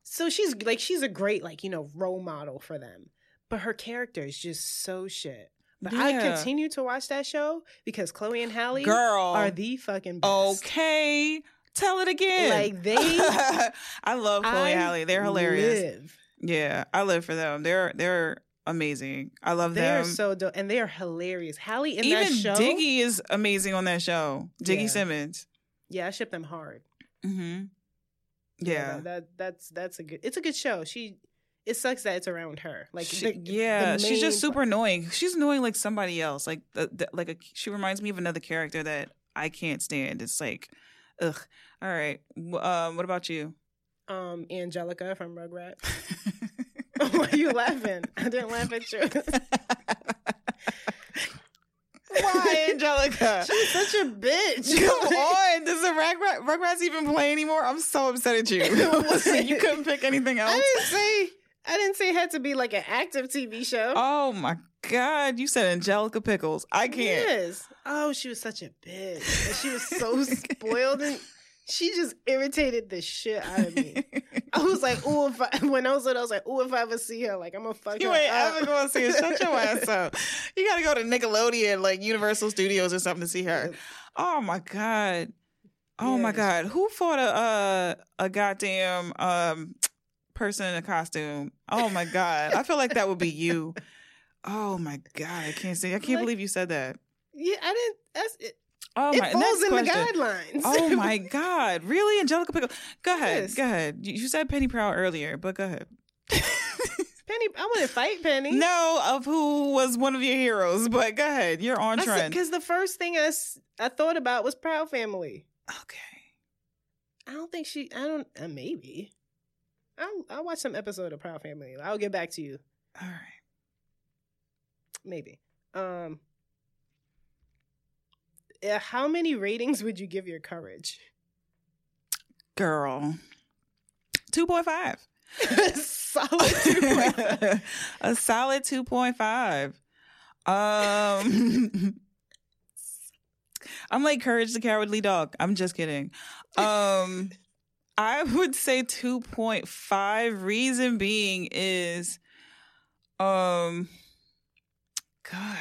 Speaker 3: So she's like she's a great like you know role model for them, but her character is just so shit. But I
Speaker 4: Yeah.
Speaker 3: continue to watch that show because Chloe and Halle
Speaker 4: Girl.
Speaker 3: are the fucking best.
Speaker 4: okay. Tell it again.
Speaker 3: Like they,
Speaker 4: I love Chloe
Speaker 3: I
Speaker 4: and Halle. They're hilarious.
Speaker 3: live.
Speaker 4: Yeah, I live for them. They're they're amazing. I love
Speaker 3: They
Speaker 4: them.
Speaker 3: are so dope, and they are hilarious. Halle in
Speaker 4: Even
Speaker 3: that show,
Speaker 4: Diggy is amazing on that show. Diggy
Speaker 3: Yeah.
Speaker 4: Simmons.
Speaker 3: yeah, I ship them hard.
Speaker 4: Mm-hmm. Yeah.
Speaker 3: that, that- that's that's a good. It's a good show. She, it sucks that it's around her. Like,
Speaker 4: She-
Speaker 3: the-
Speaker 4: yeah,
Speaker 3: the
Speaker 4: she's just
Speaker 3: main-
Speaker 4: super annoying. She's annoying like somebody else. Like the, the, like a, she reminds me of another character that I can't stand. It's like, ugh. All right. W- Um, what about you?
Speaker 3: Um, Angelica from Rugrats. Oh, Why are you laughing? I didn't laugh at you.
Speaker 4: Why, Angelica?
Speaker 3: She was such a bitch.
Speaker 4: Come on. Does the Rag- Rag- Rugrats even play anymore? I'm so upset at you. you couldn't pick anything
Speaker 3: I
Speaker 4: else.
Speaker 3: didn't say I didn't say it had to be like an active TV show.
Speaker 4: Oh my God, you said Angelica Pickles. I can't.
Speaker 3: Yes. Oh, she was such a bitch. And she was so spoiled and she just irritated the shit out of me. I was like, ooh, if I, when I was little, I was like, ooh, if I ever see her, like, I'm gonna fuck
Speaker 4: You
Speaker 3: her
Speaker 4: ain't
Speaker 3: up.
Speaker 4: ever gonna see her. Shut your ass up. You gotta go to Nickelodeon, like Universal Studios or something to see her. Oh my God. Oh my
Speaker 3: Yes.
Speaker 4: God. Who fought a uh, a goddamn um person in a costume? Oh my God. I feel like that would be you. Oh my God. I can't see. I can't
Speaker 3: Like-
Speaker 4: believe you said that.
Speaker 3: Yeah, I didn't. That's, it
Speaker 4: Oh
Speaker 3: it
Speaker 4: my
Speaker 3: falls
Speaker 4: next
Speaker 3: in
Speaker 4: question.
Speaker 3: the guidelines.
Speaker 4: Oh my God. Really? Angelica Pickle. Go ahead.
Speaker 3: Yes.
Speaker 4: Go ahead. You, you said Penny Prowl earlier, but go ahead.
Speaker 3: Penny, I wouldn't fight Penny.
Speaker 4: No, of who was one of your heroes, but go ahead. You're on trend.
Speaker 3: Because the first thing I, s- I thought about was Proud Family.
Speaker 4: okay.
Speaker 3: I don't think she. I don't. Uh, maybe. I'll, I'll watch some episode of Proud Family. I'll get back to you.
Speaker 4: All right.
Speaker 3: Maybe. Um. uh, How many ratings would you give your courage?
Speaker 4: Girl. 2.5.
Speaker 3: Solid two point-
Speaker 4: a solid 2.5. Um I'm like courage the cowardly dog. I'm just kidding. Um I would say 2.5 reason being is um god.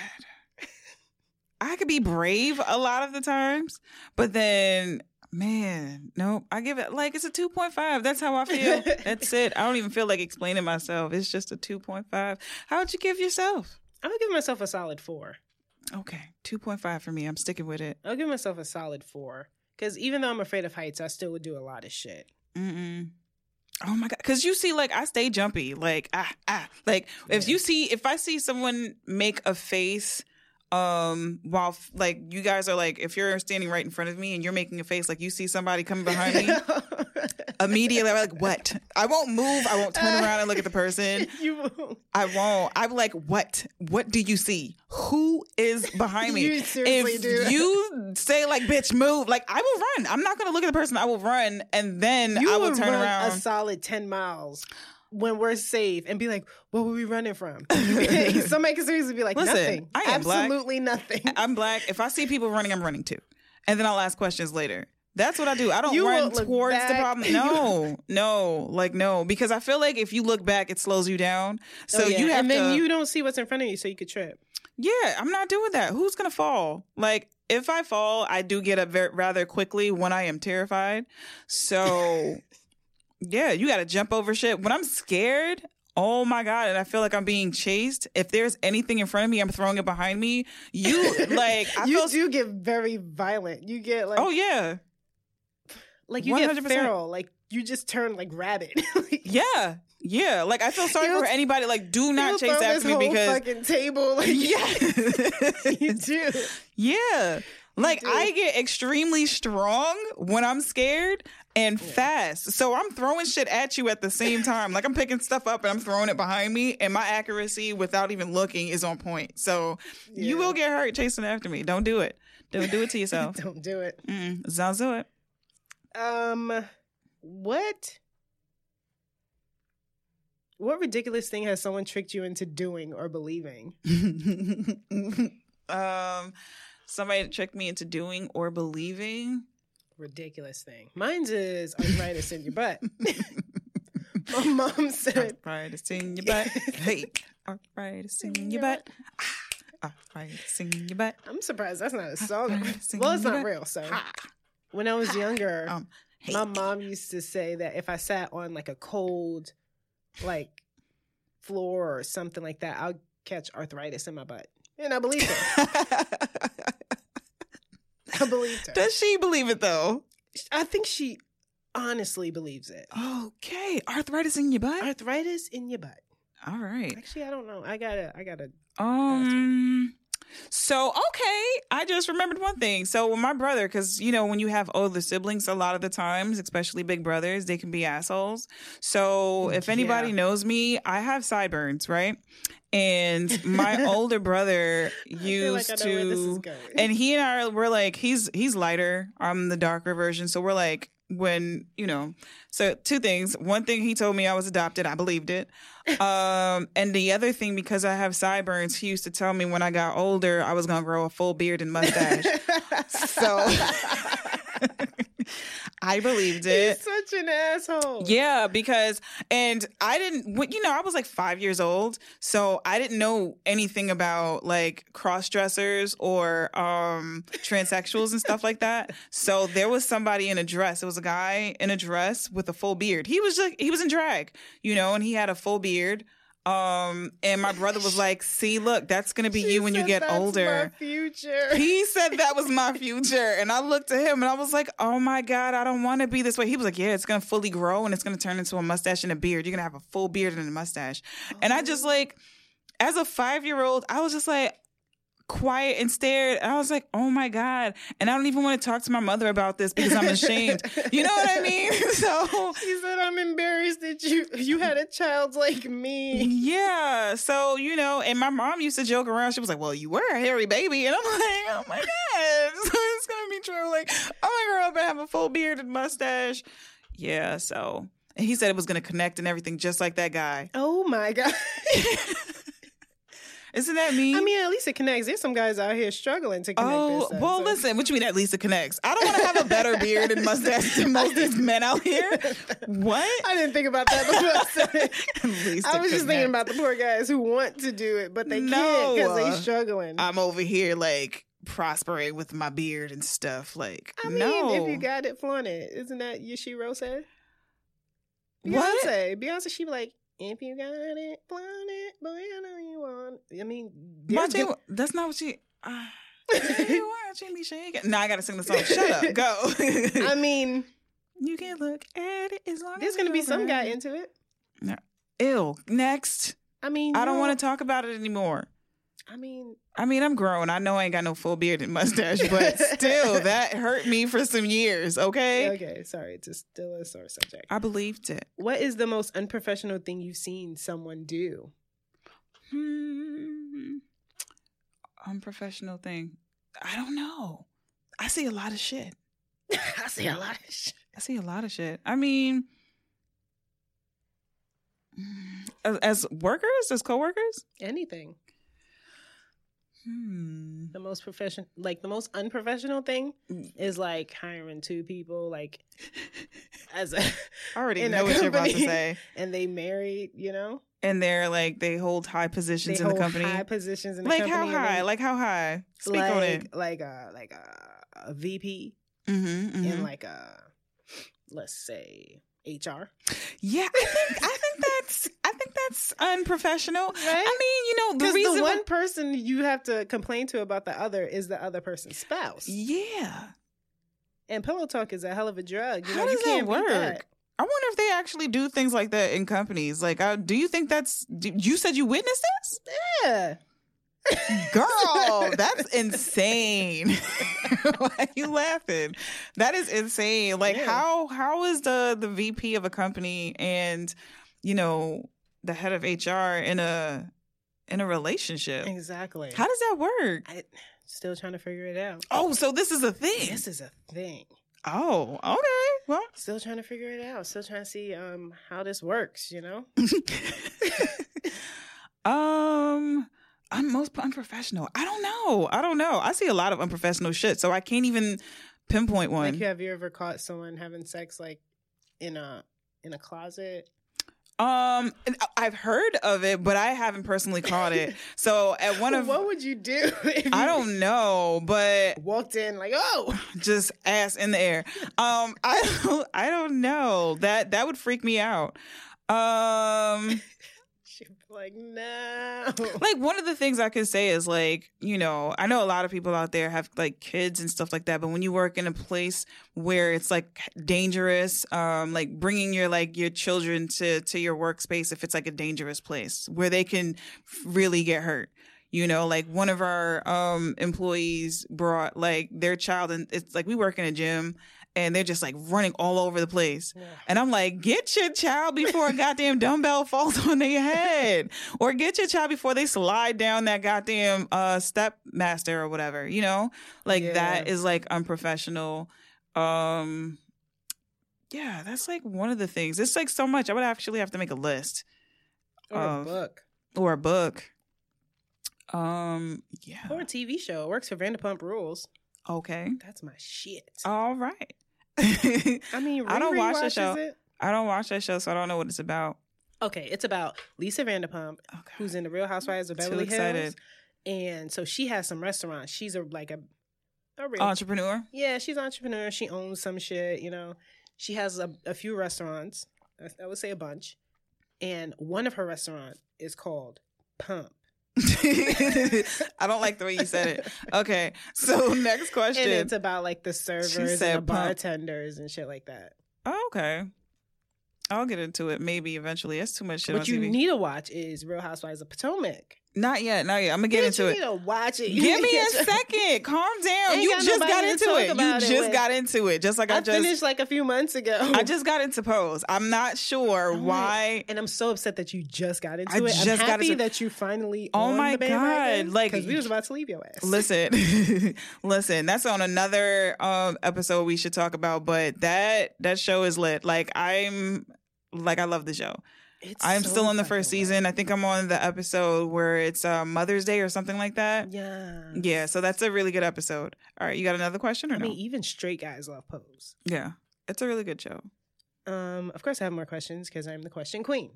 Speaker 4: I could be brave a lot of the times, but then man, nope. I give it like it's a 2.5. That's how I feel. That's it. I don't even feel like explaining myself. It's just a 2.5. How would you give yourself?
Speaker 3: I'm gonna give myself a solid four.
Speaker 4: Okay, 2.5 for me. I'm sticking with it.
Speaker 3: I'll give myself a solid four because even though I'm afraid of heights, I still would do a lot of shit.
Speaker 4: Mm-mm. Oh my god! Because you see, like I stay jumpy. Like ah ah. Like if
Speaker 3: Yeah.
Speaker 4: you see, if I see someone make a face, um, while f- like you guys are like, if you're standing right in front of me and you're making a face, like you see somebody coming behind me, immediately I'm like, what? I won't move. I won't turn around and look at the person.
Speaker 3: you won't.
Speaker 4: I won't. I'm like, what? What do you see? Who is behind me?
Speaker 3: You seriously
Speaker 4: if
Speaker 3: do.
Speaker 4: you say like, bitch, move, like I will run. I'm not gonna look at the person. I will run, and then
Speaker 3: You
Speaker 4: I will
Speaker 3: would
Speaker 4: turn
Speaker 3: run
Speaker 4: around.
Speaker 3: a solid ten miles when we're safe and be like, "What were we running from?" Somebody could seriously be like,
Speaker 4: Listen,
Speaker 3: "Nothing,
Speaker 4: I am black.
Speaker 3: absolutely nothing."
Speaker 4: I'm black. If I see people running, I'm running too, and then I'll ask questions later. That's what I do. I don't
Speaker 3: You
Speaker 4: run
Speaker 3: won't look
Speaker 4: towards the
Speaker 3: back.
Speaker 4: problem. No, no, like no, because I feel like if you look back, it slows you down. So
Speaker 3: Oh, yeah.
Speaker 4: you have
Speaker 3: and
Speaker 4: to.
Speaker 3: then you don't see what's in front of you, so you could trip.
Speaker 4: Yeah, I'm not doing that. Who's gonna fall? Like, if I fall, I do get up ver rather quickly when I am terrified. So, yeah, you gotta jump over shit. When I'm scared, oh my god, and I feel like I'm being chased. If there's anything in front of me, I'm throwing it behind me. You like, I
Speaker 3: you
Speaker 4: feel.
Speaker 3: do get very violent. You get like,
Speaker 4: oh yeah,
Speaker 3: like you get
Speaker 4: 100%.
Speaker 3: feral. Like you just turn like rabbit. Like,
Speaker 4: yeah, yeah. Like I feel sorry
Speaker 3: You'll-
Speaker 4: for anybody. Like, do not
Speaker 3: you'll
Speaker 4: chase
Speaker 3: throw
Speaker 4: after
Speaker 3: this
Speaker 4: me
Speaker 3: whole
Speaker 4: because
Speaker 3: fucking table. Like,
Speaker 4: yeah.
Speaker 3: you do.
Speaker 4: Yeah. Like
Speaker 3: do.
Speaker 4: I get extremely strong when I'm scared and fast. So I'm throwing shit at you at the same time. Like I'm picking stuff up and I'm throwing it behind me and my accuracy without even looking is on point. So
Speaker 3: Yeah.
Speaker 4: you will get hurt chasing after me. Don't do it. Don't do it to yourself.
Speaker 3: Don't do it.
Speaker 4: Mm, don't do it.
Speaker 3: Um, what? What ridiculous thing has someone tricked you into doing or believing?
Speaker 4: um somebody tricked me into doing or believing.
Speaker 3: Ridiculous thing. Mine's is arthritis in your butt. My mom said,
Speaker 4: Arthritis in your butt. Hey. Arthritis in your butt. Ah, Arthritis in your butt.
Speaker 3: I'm surprised that's not a song.
Speaker 4: Arthritis in
Speaker 3: Well, it's
Speaker 4: your
Speaker 3: not
Speaker 4: butt.
Speaker 3: real. So
Speaker 4: Ha.
Speaker 3: when I was younger,
Speaker 4: Um, hey.
Speaker 3: my mom used to say that if I sat on like a cold, like floor or something like that, I'll catch arthritis in my butt. And I believed her. I believed her.
Speaker 4: Does she believe it though?
Speaker 3: I think she honestly believes it.
Speaker 4: Okay, arthritis in your butt.
Speaker 3: Arthritis in your butt.
Speaker 4: All right.
Speaker 3: Actually, I don't know. I gotta, I gotta.
Speaker 4: Um. So okay, I just remembered one thing. So when my brother, because you know when you have older siblings, a lot of the times, especially big brothers, they can be assholes. So if anybody
Speaker 3: Yeah.
Speaker 4: knows me, I have sideburns, right? And my older brother
Speaker 3: I feel like
Speaker 4: used
Speaker 3: I know
Speaker 4: to.
Speaker 3: where this is going.
Speaker 4: and he and I were like, he's he's lighter. I'm the darker version, so we're like when you know so two things one thing he told me i was adopted i believed it um and the other thing because i have sideburns he used to tell me when i got older i was gonna grow a full beard and mustache so i believed it
Speaker 3: He's such an asshole.
Speaker 4: yeah, because and I didn't, wh- you know, I was like five years old, so I didn't know anything about like cross dressers or um transsexuals and stuff like that. So there was somebody in a dress. It was a guy in a dress with a full beard. He was like he was in drag, you know, and he had a full beard. Um, and my brother was like, "See, look, that's gonna be
Speaker 3: She
Speaker 4: you when you
Speaker 3: said,
Speaker 4: get
Speaker 3: "That's
Speaker 4: older."
Speaker 3: My future.
Speaker 4: He said that was my future. And I looked at him and I was like, oh my God, I don't want to be this way. He was like, yeah, it's going to fully grow and it's going to turn into a mustache and a beard. You're going to have a full beard and a mustache. And I just like, as a five year old, I was just like, quiet and stared and i was like oh my god and i don't even want to talk to my mother about this because i'm ashamed you know what i mean so
Speaker 3: She said, "I'm embarrassed that you you had a child like
Speaker 4: Mm-hmm.
Speaker 3: me."
Speaker 4: yeah so you know and my mom used to joke around she was like well you were a hairy baby and i'm like oh my god so it's gonna be true like "Oh i'm gonna grow up and have a full beard and mustache yeah so and he said it was gonna connect and everything just like that guy
Speaker 3: Oh my god!
Speaker 4: isn't that me
Speaker 3: I mean, at least it connects. There's some guys out here struggling to connect. their
Speaker 4: Oh
Speaker 3: sons,
Speaker 4: well,
Speaker 3: so-
Speaker 4: listen. What you mean? At least it connects. I don't want to have a better beard and mustache than most of these men out here. What?
Speaker 3: I didn't think about that before I said it.
Speaker 4: At least
Speaker 3: I
Speaker 4: it
Speaker 3: was just thinking
Speaker 4: connects.
Speaker 3: about the poor guys who want to do it, but they
Speaker 4: No,
Speaker 3: can't because
Speaker 4: uh,
Speaker 3: they struggling.
Speaker 4: I'm over here like prospering with my beard and stuff. Like,
Speaker 3: I mean,
Speaker 4: no.
Speaker 3: if you got it, flaunt it. Isn't that Yashiro said? Beyonce.
Speaker 4: What?
Speaker 3: Beyonce, she be like, if you got it, flaunt it, boy, I know you want. I mean,
Speaker 4: My
Speaker 3: there's
Speaker 4: thing-
Speaker 3: good-
Speaker 4: that's not what you. Uh, you are Jimmy shaking. No, I gotta sing the song. Shut up. Go.
Speaker 3: I mean,
Speaker 4: you can look at it as long
Speaker 3: there's
Speaker 4: as
Speaker 3: gonna be
Speaker 4: you're
Speaker 3: some guy
Speaker 4: around.
Speaker 3: into it.
Speaker 4: Ew. Next.
Speaker 3: I mean,
Speaker 4: I don't want to talk about it anymore.
Speaker 3: I mean,
Speaker 4: I mean, I'm grown. I know I ain't got no full beard and mustache, but still, that hurt me for some years. Okay.
Speaker 3: okay, sorry, it's just still a sore subject.
Speaker 4: I believed it.
Speaker 3: What is the most unprofessional thing you've seen someone do?
Speaker 4: Hmm. Unprofessional thing. I don't know. I see a lot of shit.
Speaker 3: I see a lot of shit.
Speaker 4: I see a lot of shit. I mean, mm, as, as workers, as coworkers,
Speaker 3: Anything.
Speaker 4: hmm.
Speaker 3: The most profession, like the most unprofessional thing, is like hiring two people, like as a,
Speaker 4: I already
Speaker 3: In a
Speaker 4: know what you're about to
Speaker 3: company.
Speaker 4: say.
Speaker 3: and they married, you know,
Speaker 4: And they're like they hold high
Speaker 3: they
Speaker 4: positions in
Speaker 3: hold
Speaker 4: the company.
Speaker 3: high positions in the
Speaker 4: like
Speaker 3: company.
Speaker 4: how
Speaker 3: and they-
Speaker 4: high? like how high? Speak
Speaker 3: like,
Speaker 4: on it.
Speaker 3: Like a like a, a VP
Speaker 4: Mm-hmm,
Speaker 3: and like a let's say HR.
Speaker 4: yeah, I think I think that's I think that's unprofessional.
Speaker 3: Right?
Speaker 4: I mean, you know, the
Speaker 3: Because the,
Speaker 4: reason why-
Speaker 3: one person you have to complain to about the other is the other person's spouse.
Speaker 4: yeah.
Speaker 3: And pillow talk is a hell of a drug. You
Speaker 4: How
Speaker 3: know, you
Speaker 4: does that
Speaker 3: can't beat
Speaker 4: work? I wonder if they actually do things like that in companies. Like, uh, do you think that's? Do, you said you witnessed this,
Speaker 3: Yeah.
Speaker 4: girl. that's insane. Why are you laughing? That is insane. Like,
Speaker 3: Yeah.
Speaker 4: how how is the the VP of a company and you know the head of HR in a in a relationship?
Speaker 3: Exactly.
Speaker 4: How does that work?
Speaker 3: I still trying to figure it out.
Speaker 4: Oh, so this is a thing.
Speaker 3: This is a thing.
Speaker 4: Oh, okay. Well,
Speaker 3: Still trying to figure it out. Still trying to see um how this works, you know?
Speaker 4: um, I'm most unprofessional. I don't know. I don't know. I see a lot of unprofessional shit, so I can't even pinpoint one.
Speaker 3: Like have you ever caught someone having sex like in a in a closet?
Speaker 4: Um, and I- I've heard of it, but I haven't personally caught it. So at one of,
Speaker 3: what would you do if you
Speaker 4: I don't know, but
Speaker 3: walked in like, oh
Speaker 4: just ass in the air. Um, I don't, I don't know. That that would freak me out. Um.
Speaker 3: she'd be like, no.
Speaker 4: like one of the things I could say is like, you know, I know a lot of people out there have like kids and stuff like that, but when you work in a place where it's like dangerous, um, like bringing your like your children to to your workspace if it's like a dangerous place where they can really get hurt. You know, like one of our um employees brought like their child and it's like we work in a gym and they're just like running all over the place. And I'm like, get your child before a goddamn dumbbell falls on their head, or get your child before they slide down that goddamn uh, step master or whatever. You know, like
Speaker 3: Yeah.
Speaker 4: that is like unprofessional. Um, Yeah, that's like one of the things. It's like so much. I would actually have to make a list
Speaker 3: Or
Speaker 4: Of-
Speaker 3: a book.
Speaker 4: or a book. Um, yeah.
Speaker 3: Or a TV show. It works for Vanderpump Rules.
Speaker 4: Okay.
Speaker 3: That's my shit.
Speaker 4: All right. I
Speaker 3: I mean,
Speaker 4: Uh, I don't
Speaker 3: Riri
Speaker 4: watch the
Speaker 3: watches
Speaker 4: show.
Speaker 3: It.
Speaker 4: don't watch that show, so I don't know what it's about.
Speaker 3: Okay, it's about Lisa Vanderpump,
Speaker 4: Oh, God.
Speaker 3: who's in the Real Housewives of
Speaker 4: Too
Speaker 3: Beverly Hills,
Speaker 4: excited.
Speaker 3: and so she has some restaurants. She's a like a a
Speaker 4: Uh,
Speaker 3: rich
Speaker 4: Entrepreneur.
Speaker 3: Yeah, she's an entrepreneur. She owns some shit, you know. She has a, a few restaurants. I, I would say a bunch. And one of her restaurants is called Pump.
Speaker 4: I don't like the way you said it. Okay. So next
Speaker 3: And
Speaker 4: question.
Speaker 3: it's about like the servers and
Speaker 4: said
Speaker 3: the
Speaker 4: Pump.
Speaker 3: bartenders and shit like that.
Speaker 4: Oh, okay. I'll get into it maybe eventually. That's too much shit on
Speaker 3: what you
Speaker 4: TV.
Speaker 3: need to watch is Real Housewives of Potomac.
Speaker 4: not yet. Not yet. I'm gonna get
Speaker 3: Bitch,
Speaker 4: into
Speaker 3: you
Speaker 4: it.
Speaker 3: need to watch it. You
Speaker 4: Give
Speaker 3: need to
Speaker 4: me a
Speaker 3: get your-
Speaker 4: second. Calm down.
Speaker 3: Ain't
Speaker 4: You
Speaker 3: got
Speaker 4: just got
Speaker 3: nobody to
Speaker 4: into
Speaker 3: talk
Speaker 4: it. You
Speaker 3: about it
Speaker 4: just
Speaker 3: with.
Speaker 4: got into it. Just like I,
Speaker 3: I
Speaker 4: just
Speaker 3: finished like a few months ago.
Speaker 4: I just got into pose. I'm not sure
Speaker 3: I'm like,
Speaker 4: why.
Speaker 3: and I'm so upset that you just got into
Speaker 4: I
Speaker 3: it.
Speaker 4: just
Speaker 3: I'm
Speaker 4: got
Speaker 3: happy
Speaker 4: into-
Speaker 3: that you finally.
Speaker 4: Oh
Speaker 3: on
Speaker 4: my
Speaker 3: the
Speaker 4: God, like-
Speaker 3: because we was about to leave your ass.
Speaker 4: Listen, listen. That's on another um, episode we should talk about. But that that show is lit. Like I'm, like I love the show.
Speaker 3: It's
Speaker 4: I'm
Speaker 3: so
Speaker 4: still on the first
Speaker 3: fucking
Speaker 4: season. I think I'm on the episode where it's uh, Mother's Day or something like that.
Speaker 3: whack. Yeah.
Speaker 4: Yeah, so that's a really good episode. All right, you got another question or
Speaker 3: I
Speaker 4: no?
Speaker 3: mean, even straight guys love Pose.
Speaker 4: yeah, it's a really good show.
Speaker 3: Um, of course, I have more questions because I'm the question queen.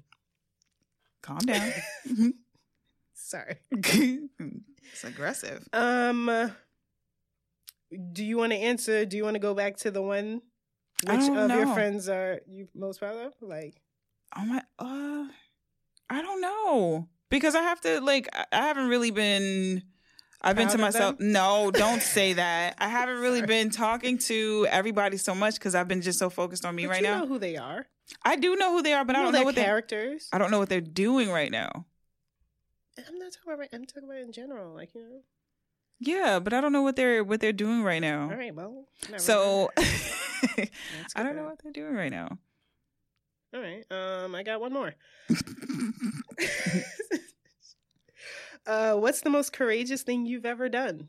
Speaker 4: Calm down.
Speaker 3: Sorry.
Speaker 4: it's aggressive.
Speaker 3: Um, uh, do you want to answer? Do you want to go back to the one
Speaker 4: I
Speaker 3: which
Speaker 4: don't
Speaker 3: of your
Speaker 4: know.
Speaker 3: friends are you most proud of? Like,
Speaker 4: Oh my, uh, I don't know because I have to like I I haven't really been. I've been
Speaker 3: Proud
Speaker 4: to
Speaker 3: of
Speaker 4: myself. No, don't say that. I haven't really been talking to everybody so much because I've been just so focused on me
Speaker 3: but
Speaker 4: right
Speaker 3: you
Speaker 4: now.
Speaker 3: know who they are.
Speaker 4: I do know who they are, but I
Speaker 3: You
Speaker 4: don't
Speaker 3: their
Speaker 4: know what they.
Speaker 3: characters.
Speaker 4: I don't know what they're doing right now.
Speaker 3: And I'm not talking about. I'm talking about in general. Like, you know.
Speaker 4: Yeah, but I don't know what they're what they're doing right now.
Speaker 3: All right. Well. never
Speaker 4: Oh. So
Speaker 3: mind. Let's
Speaker 4: I
Speaker 3: go
Speaker 4: don't know
Speaker 3: back.
Speaker 4: what they're doing right now.
Speaker 3: All right. Um, I got one more. uh, what's the most courageous thing you've ever done?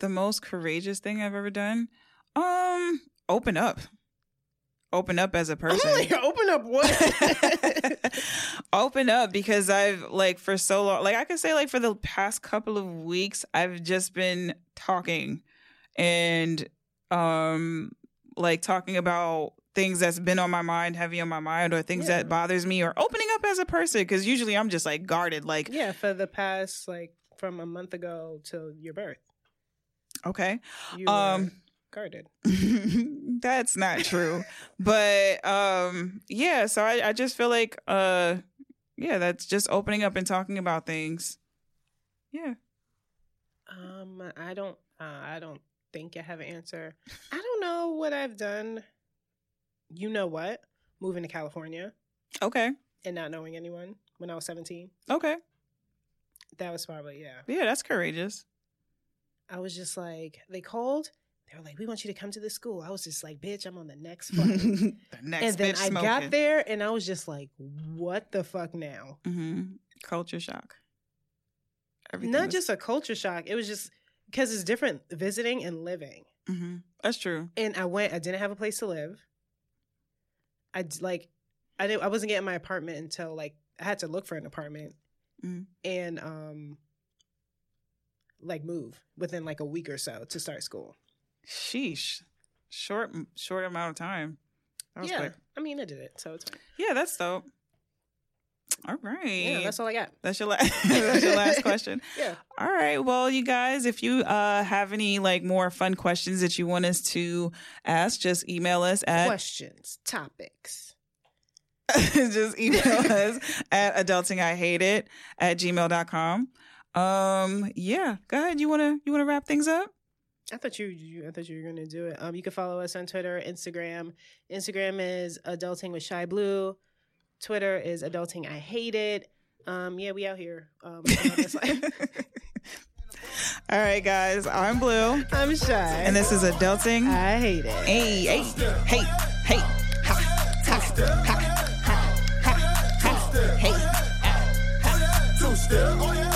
Speaker 4: the most courageous thing I've ever done? Um, open up. Open up
Speaker 3: Oh
Speaker 4: as a person.
Speaker 3: I'm like, open up what?
Speaker 4: open up because I've like for so long, like I could say like for the past couple of weeks, I've just been talking and um like talking about things that's been on my mind, heavy on my mind, or things
Speaker 3: Yeah.
Speaker 4: that bothers me, or opening up as a person. Because usually I'm just like guarded, like
Speaker 3: yeah, for the past like from a month ago till your birth,
Speaker 4: okay,
Speaker 3: you were
Speaker 4: um.
Speaker 3: guarded.
Speaker 4: That's not true. but um yeah, so I, I just feel like uh yeah, that's just opening up and talking about things. Yeah.
Speaker 3: Um, I don't. Uh, I don't think I have an answer. I don't know what I've done. You know what? Moving to California
Speaker 4: Okay.
Speaker 3: and not knowing anyone when I was seventeen.
Speaker 4: Okay.
Speaker 3: That was probably yeah.
Speaker 4: Yeah, that's courageous.
Speaker 3: I was just like, they called. They were like, we want you to come to the school. I was just like, bitch, I'm on the next flight.
Speaker 4: the next
Speaker 3: and then
Speaker 4: bitch
Speaker 3: I
Speaker 4: smoking.
Speaker 3: got there and I was just like, what the fuck now?
Speaker 4: hmm Culture shock.
Speaker 3: Not just a culture shock. It was just because it's different visiting and living.
Speaker 4: hmm That's true.
Speaker 3: And I went, I didn't have a place to live. I d- like, I didn't, I wasn't getting my apartment until like, I had to look for an apartment Mm.
Speaker 4: Mhm.
Speaker 3: and, um, like move within like a week or so to start school.
Speaker 4: Sheesh. Short short amount of time. That was
Speaker 3: yeah.
Speaker 4: quick.
Speaker 3: I mean, I did it. So it's fine.
Speaker 4: Yeah, that's dope. All right.
Speaker 3: Yeah, that's all I got.
Speaker 4: that's your last that's your last question.
Speaker 3: Yeah.
Speaker 4: All right. Well, you guys, if you uh, have any like more fun questions that you want us to ask, just email us
Speaker 3: Uh,
Speaker 4: at
Speaker 3: questions, topics.
Speaker 4: just email us at adulting I hate it at gmail.com. Um, yeah. Go ahead. You wanna you wanna wrap things up?
Speaker 3: I thought you, you I thought you were gonna do it. Um, you can follow us on Twitter, Instagram. Instagram is adulting with shy blue. Twitter is adulting. I hate it. Um, yeah, we out here. Um, on this life.
Speaker 4: All right, guys. I'm Blue,
Speaker 3: I'm shy.
Speaker 4: and this is adulting.
Speaker 3: I hate it.
Speaker 4: Hey, hey, hey, hey.
Speaker 2: Two step, oh yeah.